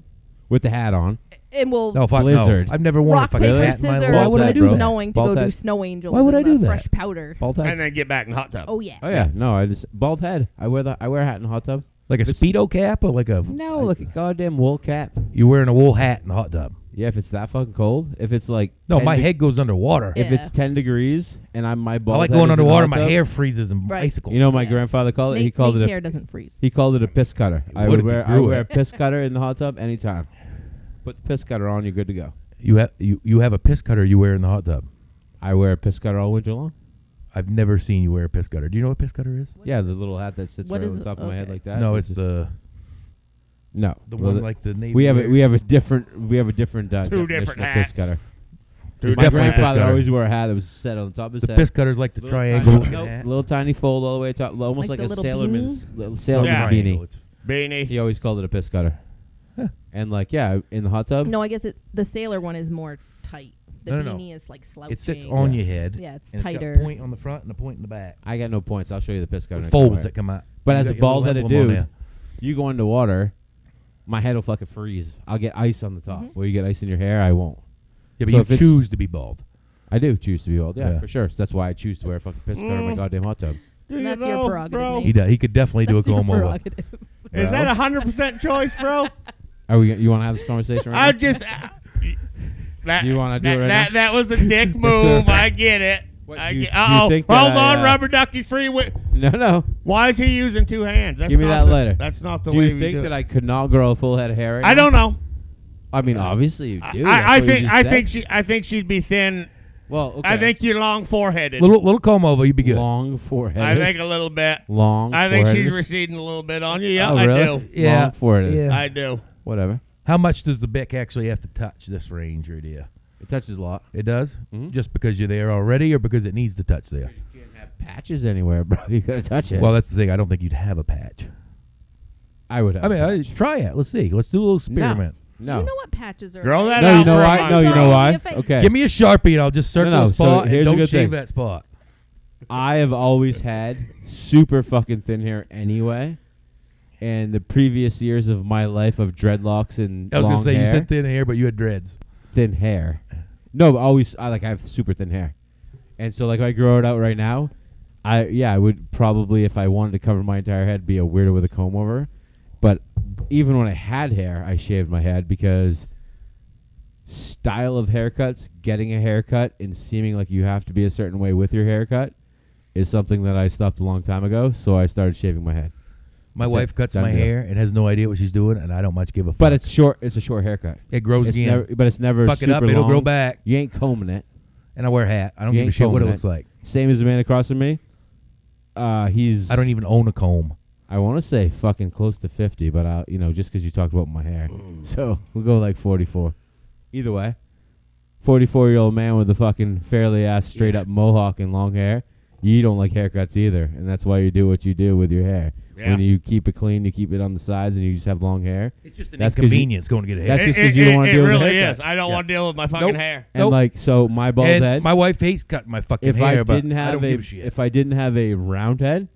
B: with the hat on.
D: and we'll
C: No, fuck
B: Blizzard.
C: no. I've never worn a
D: rock
C: fucking
D: paper
C: hat in my
D: scissors.
C: life.
B: Why would I
D: when
B: do
D: it's
B: that?
D: snowing to
B: Bald
D: go do
B: head.
D: snow angels.
C: Why would
D: and
C: I do
D: the
C: that?
D: Fresh powder.
B: Bald head.
A: And then get back in the hot tub.
D: Oh yeah.
B: oh yeah, no, I just bald head. I wear the I wear a hat in the hot tub.
C: Like a
B: It's-
C: speedo cap or like a
B: No, like a goddamn wool cap.
C: you're wearing a wool hat in the hot tub.
B: Yeah, if it's that fucking cold, if it's like
C: No,
B: 10
C: my
B: de-
C: head goes underwater.
D: Yeah.
B: If it's ten degrees and I'm my
C: I
B: bald.
C: like
B: head is
C: going
B: in the
C: underwater.
B: hot
C: My
B: tub,
C: hair freezes and
D: Right.
C: icicles.
B: You know, my
D: Yeah.
B: grandfather called it. He
D: Nate-
B: called
D: Nate's
B: it.
D: hair
B: A,
D: doesn't freeze.
B: he called it a piss cutter. I
C: would
B: would
C: if you
B: wear I
C: grew
B: wear
C: it.
B: a piss cutter in the hot tub anytime. Put the piss cutter on, you're good to go.
C: you have you, you have a piss cutter you wear in the hot tub.
B: I wear a piss cutter all winter long.
C: I've never seen you wear a piss cutter. Do you know what piss cutter is?
B: Yeah, the little hat that sits
D: What
B: right
D: is
B: on
D: it?
B: the top of my head
D: Okay.
B: like that.
C: no, it's
B: just-
C: the
B: no
C: the
B: Well,
C: one
B: th-
C: like the navy.
B: we have a,
C: wears.
B: we have a different we have a different uh,
A: Two
B: definition
A: different
B: of
A: hats.
B: piss cutter.
A: Dude,
B: My
C: definitely a piss
B: grandfather
C: cutter.
B: always wore a hat that was set on the top of his
C: The
B: head.
C: piss cutters like the
B: Little
C: triangle.
B: tiny- nope,
C: hat.
B: little tiny fold all the way top, almost like,
D: Like the
B: a
D: little
B: sailorman's little sailorman
A: Yeah.
B: beanie.
A: Beanie.
B: He always called it a piss cutter.
C: Huh.
B: And like, yeah, in the hot tub.
D: No, I guess it, the sailor one is more tight. The
C: No,
D: beanie
C: no, no.
D: is like slouching.
C: It sits on
B: Yeah.
C: your head.
D: Yeah, it's
C: and
D: tighter.
C: It's got a point on the front and a point in the back.
B: I got no points. I'll show you the piss cutter. next
C: With
B: time,
C: folds
B: right?
C: that come out.
B: But
C: You
B: as
C: got
B: a
C: your little
B: bald headed
C: emblem on
B: dude,
C: there.
B: you go into water, my head will fucking freeze. I'll get ice on the top.
D: Mhm.
B: Will you get ice in your hair? I won't.
C: yeah, but
B: so if
C: you
B: it's-
C: choose to be bald.
B: I do choose to be bald. Yeah,
C: Yeah.
B: for sure. So that's why I choose to wear a fucking piss cutter in my
A: Mm.
B: goddamn hot tub.
A: Do
D: That's
A: you
D: your
A: know,
D: prerogative,
A: bro?
D: Nate.
C: He, do, he could definitely
D: [LAUGHS]
C: do a
D: That's your
C: comb over.
D: prerogative.
A: Is that
B: Well.
A: a hundred percent choice,
D: [LAUGHS]
A: bro?
B: Are we? You want to have this conversation right
A: I [LAUGHS]
B: now? [LAUGHS]
A: just uh, that
B: You wanna do
A: that,
B: it right
A: that,
B: now?
A: that
B: [LAUGHS]
A: was a dick
B: sir.
A: move. I get it.
B: What,
A: I
B: you-
A: get,
B: you
A: uh-oh.
B: think that
A: Hold
B: I,
A: on,
B: uh,
A: rubber ducky free. Wi-
B: No, no.
A: Why is he using two hands? That's
B: Give me that
A: not the-
B: letter.
A: That's not the
B: Do
A: way
B: you
A: we
B: think
A: do
B: that
A: it.
B: I could not grow a full head of hair? Right
A: I
B: now?
A: don't know.
B: I mean, obviously you do. That's
A: I, I
B: what you
A: think
B: just
A: I
B: said.
A: think she I think she'd be thin.
B: Well, okay.
A: I think you're long foreheaded.
C: Little little comb over, you'd be good.
B: long forehead.
A: I think a little bit.
B: long.
A: I think
B: foreheaded.
A: she's receding a little bit on you. Yeah,
B: oh,
A: I
B: really?
A: do.
C: Yeah.
B: Long forehead.
C: Yeah.
A: I do.
B: Whatever.
C: How much does the beck actually have to touch this ranger, dear?
B: It touches a lot.
C: It does?
B: Mhm.
C: Just because you're there already or because it needs to touch there?
B: You can't have patches anywhere, bro. [LAUGHS] You gotta touch it.
C: Well, that's the thing. I don't think you'd have a patch.
B: I would. Have
C: I mean,
B: a
C: I,
B: patch.
C: try it. Let's see. Let's do a little experiment.
B: no.
D: You know what patches are?
A: Grow that
D: like?
B: No, you
A: out
B: know
A: for a
B: why?
A: month.
B: No, you know
D: Sorry,
B: why?
D: if I-
B: Okay.
C: Give me a sharpie and I'll just circle
B: No, no,
C: a
B: so
C: spot
B: here's a
C: and don't
B: good
C: shave
B: thing.
C: that spot.
B: I have always had super fucking thin hair anyway. And the previous years of my life of dreadlocks and
C: I was
B: long
C: gonna say
B: hair,
C: you said thin hair, but you had dreads.
B: thin hair. No, but always I like I have super thin hair, and so like if I grow it out right now, I yeah I would probably if I wanted to cover my entire head be a weirdo with a comb over, but even when I had hair I shaved my head because style of haircuts, getting a haircut and seeming like you have to be a certain way with your haircut is something that I stopped a long time ago. So I started shaving my head,
C: My
B: That's
C: wife
B: it.
C: cuts
B: Done
C: my
B: deal.
C: hair and has no idea what she's doing, and I don't much give a fuck.
B: but it's short. It's a short haircut.
C: it grows
B: It's
C: again.
B: never, but it's never
C: Fuck it
B: super
C: up, it'll grow
B: long.
C: back,
B: You ain't combing it.
C: and I wear a hat. I don't
B: You
C: give a
B: ain't
C: shit what it
B: combing
C: looks
B: it.
C: like.
B: Same as the man across from me. Uh, he's
C: I don't e- even own a comb.
B: I want to say fucking close to fifty, but I you know just because you talked about my hair, so we'll go like forty-four. Either way, forty-four-year-old man with a fucking fairly ass straight up mohawk and long hair. You don't like haircuts either, and that's why you do what you do with your hair.
A: Yeah.
B: When you keep it clean, you keep it on the sides, and you just have long hair.
C: It's just an
B: That's 'cause you-
C: inconvenience going to get a
B: that's
A: It-
C: hair.
B: just
A: it,
B: 'cause you don't wanna
A: it-
B: deal
A: it
B: with a
A: really
B: haircut.
A: is. I don't
C: Yeah.
A: want to deal with my fucking
C: Nope.
A: hair.
B: And
C: Nope.
B: like so, my bald
C: And
B: head.
C: my wife hates cutting my fucking
B: if
C: hair,
B: I
C: but
B: didn't
C: I
B: have
C: don't
B: a,
C: give a shit.
B: if I didn't have a round head,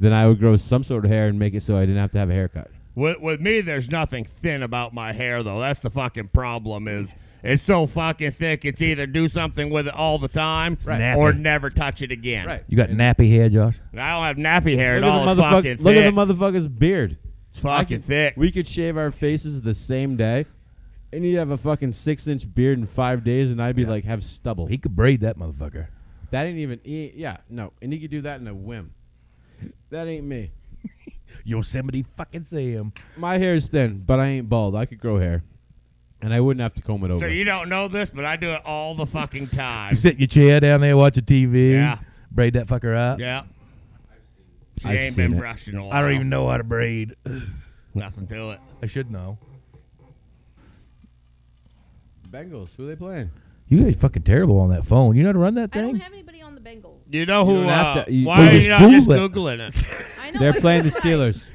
B: then I would grow some sort of hair and make it so I didn't have to have a haircut.
A: With, with me, there's nothing thin about my hair though. That's the fucking problem. Is it's so fucking thick. It's either do something with it all the time,
C: Right.
A: or
C: nappy.
A: never touch it again.
C: you got nappy hair, Josh.
A: I don't have nappy hair
B: Look
A: at all.
B: at,
A: It's
B: the
A: fucking
B: motherfuck- look at
A: thick.
B: the motherfucker's beard.
A: it's fucking thick.
B: We could shave our faces the same day, and you'd have a fucking six-inch beard in five days, and I'd be like, have stubble.
C: He could braid that motherfucker.
B: that ain't even. e- Yeah, no, and he could do that in a whim. That ain't me.
C: Yosemite fucking Sam.
B: My hair's thin, but I ain't bald. I could grow hair, and I wouldn't have to comb it over.
A: so you don't know this, but I do it all the fucking time.
C: You sit in your chair down there watching TV.
A: Yeah.
C: Braid that fucker up.
A: yeah. She
B: I've
A: ain't
B: seen
A: been
B: it.
A: brushed in a while.
C: I don't even know how to braid.
A: Nothing to it.
C: I should know.
B: Bengals, who they playing?
C: You guys fucking terrible on that phone. You know how to run that
D: I
C: thing?
D: don't have anybody on the Bengals.
A: You know
B: You
A: who?
B: don't
A: uh,
B: have to- you-
A: why are
C: Just
A: you not just
C: Google
A: googling it?
D: I know.
B: They're
D: I
B: playing the
D: feel right.
B: Steelers.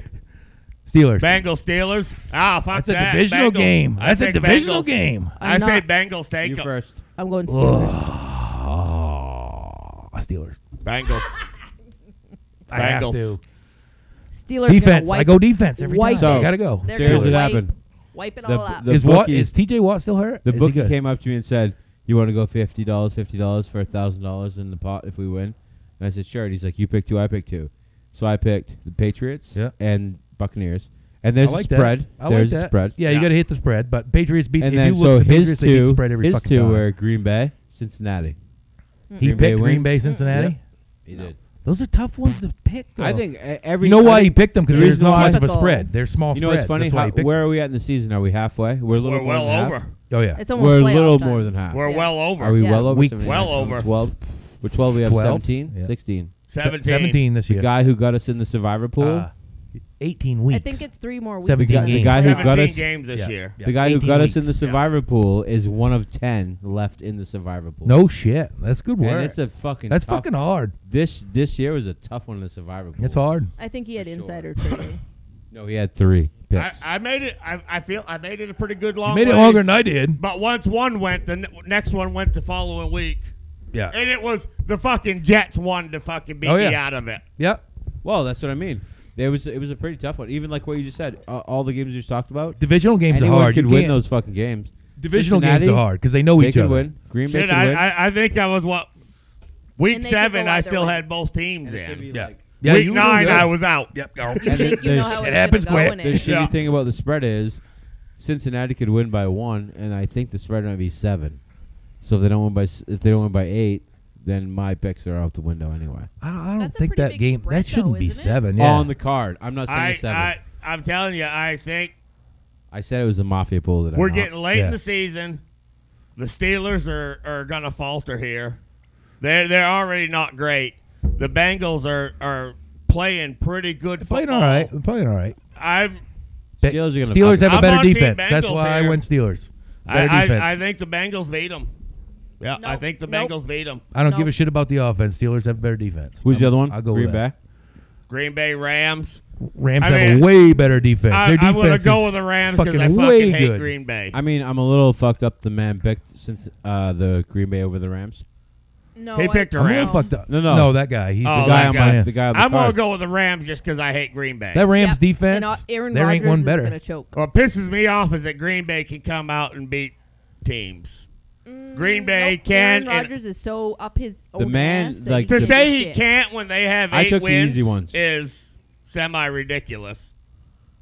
C: Steelers.
A: Bengals Steelers. Ah, fuck
C: That's a
A: that.
C: divisional
A: Bengals.
C: game.
A: I
C: That's a
A: pick
C: divisional
A: Bengals.
C: game.
A: I
D: I'm
A: say
D: not-
A: Bengals take
B: You
A: 'em.
B: first.
D: [LAUGHS] I'm going Steelers.
C: Oh, Steelers.
A: Bengals.
C: I have
A: Bengals.
C: to.
D: Steelers. gonna
C: Defense.
D: Wipe,
C: I go defense every
D: Wipe
C: time.
B: So-
C: I gotta go.
D: They're
B: Steelers
D: gonna
B: it
D: wipe,
B: happened.
D: Wipe it
B: The-
D: all out.
B: the-
C: is what
B: bookie-
C: is TJ Watt still hurt?
B: The
C: Is he
B: bookie
C: good?
B: came up to me and said, "You want to go fifty dollars, fifty dollars for a thousand dollars in the pot if we win?" And I said, "Sure." And he's like, "You pick two, I pick two." So I picked the Patriots
C: Yeah.
B: and Buccaneers, and
C: I
B: there's
C: like
B: a
C: that.
B: spread.
C: I
B: there's
C: like
B: a
C: that.
B: spread.
C: Yeah,
A: Yeah.
C: you gotta hit the spread. But Patriots beat.
B: And
C: if
B: then
C: you
B: so
C: look at the
B: his
C: Patriots, they beat
B: two,
C: spread every
B: his
C: fucking
B: two
C: time.
B: were Green Bay, Cincinnati.
C: he
B: Green Bay
C: picked Green
B: wins.
C: Bay, Cincinnati.
B: Yep. He did.
C: Those are tough ones to pick. Though.
B: I think uh, every.
C: You know
B: I
C: why he
B: think-
C: picked them because
B: the
C: there's
B: reason
C: not
B: why-
C: much of a
D: Typical.
C: spread. They're small
B: You know
C: spreads.
B: what's funny?
C: That's why
B: How-
C: he picked
B: where are we at in the season? Are we halfway? We're a little
A: We're
B: more
A: well
B: than half.
A: over.
C: them. Oh yeah.
D: it's almost
B: We're a
D: playoff
B: little
D: time.
B: more than
C: Uh,
B: half.
A: We're
D: Yeah.
A: well over.
B: Are we
D: Yeah.
B: well over?
C: Week-
B: 79?
A: Well over.
B: Twelve. With twelve, we have
C: Twelve?
B: 17,
C: Yeah.
B: 16.
A: 17.
C: Seventeen this
B: The
C: year.
B: guy who got us in the survivor pool.
C: Uh, 18 weeks.
D: I think it's three more weeks.
C: Seventeen
B: The guy- the
C: games.
B: guy who got
A: 17
B: us-
A: games this
C: Yeah.
A: year.
C: Yeah.
B: the guy who
C: 18
B: got us in the
C: weeks.
B: survivor pool is one of ten left in the survivor pool.
C: no shit. That's good work.
B: and it's a fucking.
C: That's
B: tough-
C: fucking hard.
B: This this year was a tough one in the survivor pool.
C: That's hard.
D: I think he
B: For
D: had
B: sure.
D: insider trading.
B: No, he had three
A: I,
B: picks.
A: I made it. I, I feel I made it a pretty good long.
C: You made it
A: ways.
C: longer than I did.
A: But once one went, the n- next one went the following week,
C: Yeah.
A: and it was the fucking Jets won to fucking beat
C: Oh,
A: me
C: yeah.
A: out of it.
C: Yep.
B: well, that's what I mean. It was it was a pretty tough one. Even like what you just said, uh, all the games you just talked about.
C: Divisional games
B: anyone
C: are hard.
B: could
C: You
B: win
C: can't-
B: those fucking games.
C: Divisional
B: Cincinnati,
C: games are hard because they know
B: They
C: each
B: could
C: other.
B: win. Green Bay
A: Shit,
B: could
A: I,
B: win.
A: I, I think that was what week
D: And they could
A: seven.
D: go
A: I
D: either
A: still
D: way.
A: had both teams
B: And it could be
A: in.
C: Yeah.
B: like-
C: Yeah.
A: week
C: you were
A: nine,
C: good.
B: [LAUGHS]
A: I was out.
C: Yep. Go.
D: You
B: And
D: think
B: the-
D: you
B: the-
D: know how
C: it
D: it's
C: happens
D: gonna go
C: quick.
D: in
B: The
D: [LAUGHS] it.
B: shitty
A: Yeah.
B: thing about the spread is Cincinnati could win by one, and I think the spread might be seven. So if they don't win by s- if they don't win by eight, then my picks are out the window anyway.
C: I don't, I don't
D: That's a
C: think
D: pretty
C: that
D: big
C: game.
D: spread
C: that shouldn't
D: though,
C: be
D: isn't it?
C: seven. Yeah.
B: On the card, I'm not saying
A: I,
B: seven.
A: I
B: I,
A: I'm telling you, I think
B: said it was the mafia pool that
A: we're
B: I'm
A: getting late
C: Yeah.
A: in the season. The Steelers are, are gonna falter here. They're they're already not great. The Bengals are are playing pretty good football.
C: playing all right. We're playing all right.
A: I'm
C: Be-
B: Steelers are gonna
C: Steelers
B: fucking-
C: have a
A: I'm
C: better
A: on Team
C: defense. That's
A: Bengals
C: why I
A: here.
C: went Steelers.
A: I,
C: Better defense.
A: I, I think the Bengals beat them. Yeah, I
D: Nope.
A: think the
D: Nope.
A: Bengals beat them.
C: I don't give a
D: Nope.
C: shit about the offense. Steelers have better defense.
B: Who's the
C: I'm-
B: other one?
C: I'll go
B: Green
C: with
B: Bay.
C: that.
A: Green Bay Rams.
C: Rams
A: I
C: have
A: mean,
C: a way better defense.
A: I,
C: Their
A: I'm
C: defense
A: gonna go
C: is
A: with the Rams because
C: fucking
A: I
C: way
A: fucking hate
C: good.
A: Green Bay.
B: I mean, I'm a little fucked up. The man picked since uh, the Green Bay over the Rams.
D: No,
A: He
D: I-
A: picked a
C: I'm a
A: Rams.
C: little fucked up.
B: No, no.
C: that guy. He's
A: Oh,
B: The
C: the
B: guy
A: that
B: on
A: guy.
B: my
C: Yeah.
B: the guy on the
A: I'm gonna
B: card.
A: go with the Rams just because I hate Green Bay.
C: That Rams
D: Yep.
C: defense.
D: And uh, Aaron
C: there ain't
D: Rodgers
C: one
D: is
C: better.
D: gonna choke.
A: What pisses me off is that Green Bay can come out and beat teams. Green Bay
D: Mm, Nope,
A: can.
D: Aaron
A: and-
D: Rodgers is so up his own
B: man,
D: ass that
B: like,
D: he
A: to
D: can't
A: say
D: do
A: he
D: shit.
A: can't when they have
B: I
A: eight
B: took the
A: wins
B: easy ones.
A: is semi ridiculous.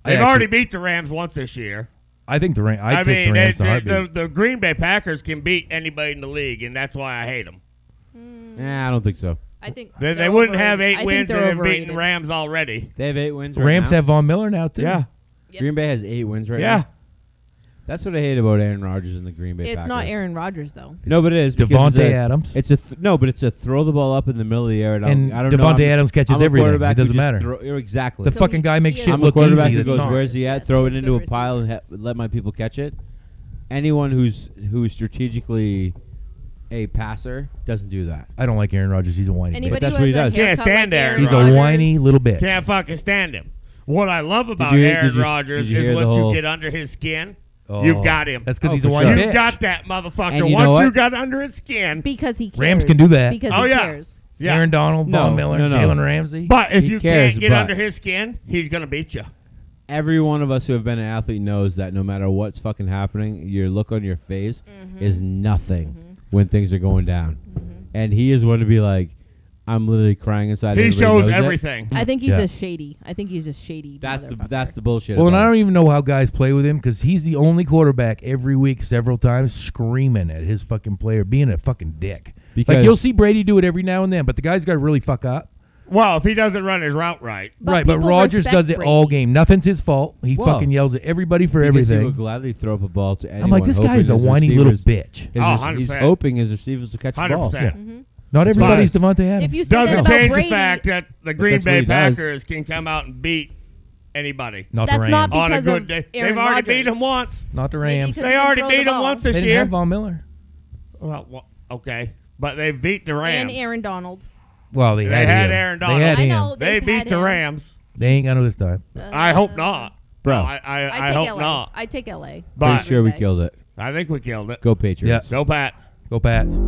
C: I
A: They've
C: actually-
A: already beat the Rams once this year.
C: I think the Rams. I,
A: I,
C: take
A: mean,
C: the
A: they,
C: Rams. in a
A: they- the,
C: heartbeat.
A: the Green Bay Packers can beat anybody in the league, and that's why I hate them.
B: Nah, I don't think so.
D: I think
A: They, they
D: they're
A: wouldn't
D: overrated.
A: have
D: I
A: eight
D: think
A: wins
D: they're
A: and have
D: overrated.
A: beaten Rams already.
B: They have eight wins.
C: The
B: right
C: Rams
B: now.
C: have Von Miller now too.
D: Yep.
B: Green Bay has eight wins right
A: Yeah.
B: now. That's what I hate about Aaron Rodgers and the Green Bay.
D: It's
B: Packers.
D: not Aaron Rodgers though.
B: No, but it is because it's
C: Devontae
B: a-
C: Adams.
B: It's a th- no, but it's a throw the ball up in the middle of the air. And, I'll-
C: And
B: I don't know.
C: Devontae
B: I'm-
C: Adams catches
B: I'm a
C: everything. It
B: quarterback who
C: doesn't
B: just
C: matter.
B: throw- yeah, exactly.
C: The
D: So
C: fucking
D: he-
C: guy makes
D: he
C: shit
D: is-
B: I'm a
C: look
B: quarterback
C: easy.
B: who
C: That's
B: goes,
C: not.
B: "Where's he
D: Yeah,
B: at?" Throw it
D: he's
B: into
D: good
B: a pile and ha-
D: receivers.
B: let my people catch it. Anyone who's who is strategically a passer doesn't do that.
C: I don't like Aaron Rodgers. He's a whiny. bitch.
D: Anybody
B: that's
D: who
B: what
D: has
B: he
D: a
B: does.
A: Can't
D: haircut
A: stand
D: like
A: Aaron
D: Aaron
C: He's
D: Rodgers,
C: a whiny little bitch.
A: Can't fucking stand him. What I love about
B: you- did
A: Aaron
B: you-
A: Rodgers
B: did you
A: is
B: hear the
A: once
B: whole-
A: you get under his skin,
C: Oh,
A: you've got him.
C: That's because
B: Oh,
C: he's a
B: for
C: whiny
B: sure.
A: You
C: bitch.
A: got that motherfucker.
B: And you know
A: Once you
B: what?
A: got under his skin,
D: because he cares.
C: Rams can do that.
D: Because
A: Oh,
D: he
A: yeah.
D: cares.
A: yeah.
C: Aaron Donald,
B: No,
C: Von Miller,
B: no, no.
C: Jalen Ramsey.
A: but if
B: He
A: you
B: cares,
A: can't get
B: but-
A: under his skin, he's gonna beat you.
B: Every one of us who have been an athlete knows that no matter what's fucking happening, your look on your face is nothing when things are going down. And he is one to be like, "I'm literally crying inside."
A: He
B: Everybody
A: shows
B: knows it.
A: everything.
D: I think he's
C: Yeah.
D: just shady. I think he's just shady.
B: That's the
D: motherfucker.
B: that's the bullshit.
C: Well, and
B: about
C: I
B: it.
C: don't even know how guys play with him because he's the only quarterback every week, several times, screaming at his fucking player, being a fucking dick.
B: Because-
C: like you'll see Brady do it every now and then, but the guy's got to really fuck up.
A: Well, if he doesn't run his route right,
C: right, but
D: people
C: Rogers
D: respect
C: does it all
D: Brady.
C: game. Nothing's his fault. He
B: Well,
C: fucking yells at everybody for
B: Because He
C: everything.
B: would gladly throw up a ball to anyone.
C: I'm like, this
B: hoping
C: guy is a
B: his
C: whiny little
B: receivers-
C: bitch.
B: his
A: Oh,
B: rec-
A: 100%.
B: he's hoping his receivers will catch
A: hundred
B: the ball.
A: percent.
C: Not everybody's
A: fine.
C: Devontae Adams.
D: If you Mm-hmm. said that
A: Doesn't
D: about
A: change
D: Brady,
A: the fact that the Green
B: that's what
A: Bay
B: he does.
A: Packers can come out and beat anybody
C: not the
D: That's
C: Rams.
D: not be-
A: on a
D: Because
A: good
D: of
A: day.
D: Aaron
A: They've already beat
D: Rodgers.
A: him once.
C: not the
D: Maybe
C: Rams.
D: because
A: They
D: he can
A: already
D: throw
A: beat
D: the
A: him
D: ball.
A: once
C: They
A: this
C: didn't have
A: year.
C: Von Miller.
A: Well, well, okay, but they beat the Rams.
D: and Aaron Donald.
C: Well, they,
A: They
C: had,
A: had
C: him.
A: Aaron
C: They
A: Donald.
C: had
D: I
C: him.
D: know Uh,
A: They
D: they've
A: beat
D: had
A: the
D: him.
A: Rams.
C: They ain't got no this time.
A: I hope not.
B: Bro.
A: No, I, I, I
D: take
A: hope
D: LA.
A: not.
D: I take LA.
A: But
B: Pretty sure we
D: Okay.
B: killed it.
A: I think we killed it.
B: Go Patriots.
C: Yeah.
A: Go Pats.
C: Go Pats.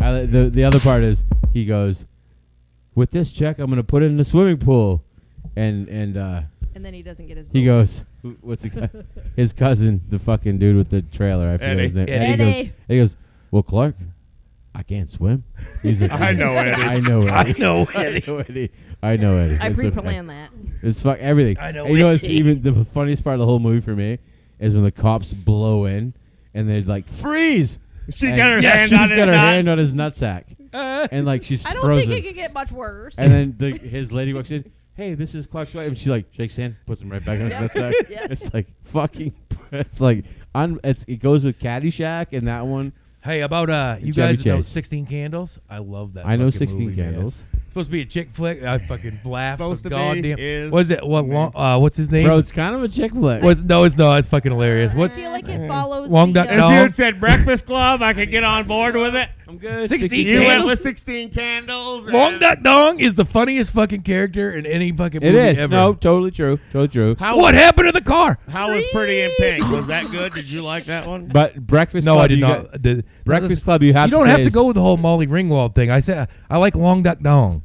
B: I li- the the other part is he goes, with this check, I'm gonna put it in the swimming pool, and and uh,
D: And then he doesn't get his.
B: he
D: vote.
B: goes, wh- what's the
D: [LAUGHS]
B: guy- his cousin, the fucking dude with the trailer? I forget
A: Eddie.
B: his name.
C: Eddie.
B: He goes,
D: Eddie.
B: he goes, well, Clark, I can't swim. He's like,
A: [LAUGHS]
B: [LAUGHS]
A: I know Eddie.
B: I know Eddie.
C: know.
B: I know Eddie. I know Eddie.
D: I
B: It's okay.
D: pre-planned that.
B: It's fuck everything.
C: I know
B: And you know what's
C: Eddie.
B: even the funniest part of the whole movie for me is when the cops blow in and they're like freeze.
A: She
B: and
A: got her
C: Yeah,
A: hand
B: she's
A: on
B: got
A: his
B: her
A: nuts.
B: hand on his nutsack,
C: Uh,
B: and like she's
D: I don't
B: frozen.
D: think it could get much worse.
B: and then the, his lady walks in. hey, this is Clark's wife. And she like shakes hand, puts him right back on
D: Yep.
B: his nutsack.
D: [LAUGHS] Yep.
B: It's like fucking. [LAUGHS] It's like un, it's it goes with Caddyshack and that one.
C: Hey, about uh, you
B: Chevy
C: guys know
B: Chase.
C: Sixteen Candles? I love that.
B: I know
C: fucking
B: 16
C: movie, man.
B: Candles.
C: Supposed to be a chick flick. I fucking laugh. So
A: Supposed to be
C: goddamn.
A: is
C: What is it? What? Long, uh, what's his name?
B: Bro, it's kind of a chick flick.
C: What's, no, it's not. It's fucking hilarious.
D: I
C: What's
D: feel like it follows
C: Long
D: the, uh,
C: Duck
A: If
C: No.
A: you had said Breakfast Club, I could get on board with it.
B: I'm good.
C: 16
A: You went
C: Candles?
A: with 16 candles.
C: Long
A: and-
C: Duck Dong is the funniest fucking character in any fucking
B: It
C: movie
B: is.
C: ever.
B: No, totally true. Totally true.
A: How
C: What happened to the car?
A: How was Pretty in Pink? Was that good? Did you like that one?
B: But Breakfast
C: No,
B: Club.
C: I did
B: you
C: not.
B: got-
C: the,
B: Breakfast Club, you have
C: You don't
B: to
C: have
B: say
C: to
B: is-
C: go with the whole Molly Ringwald thing. I said I like Long Duck Dong.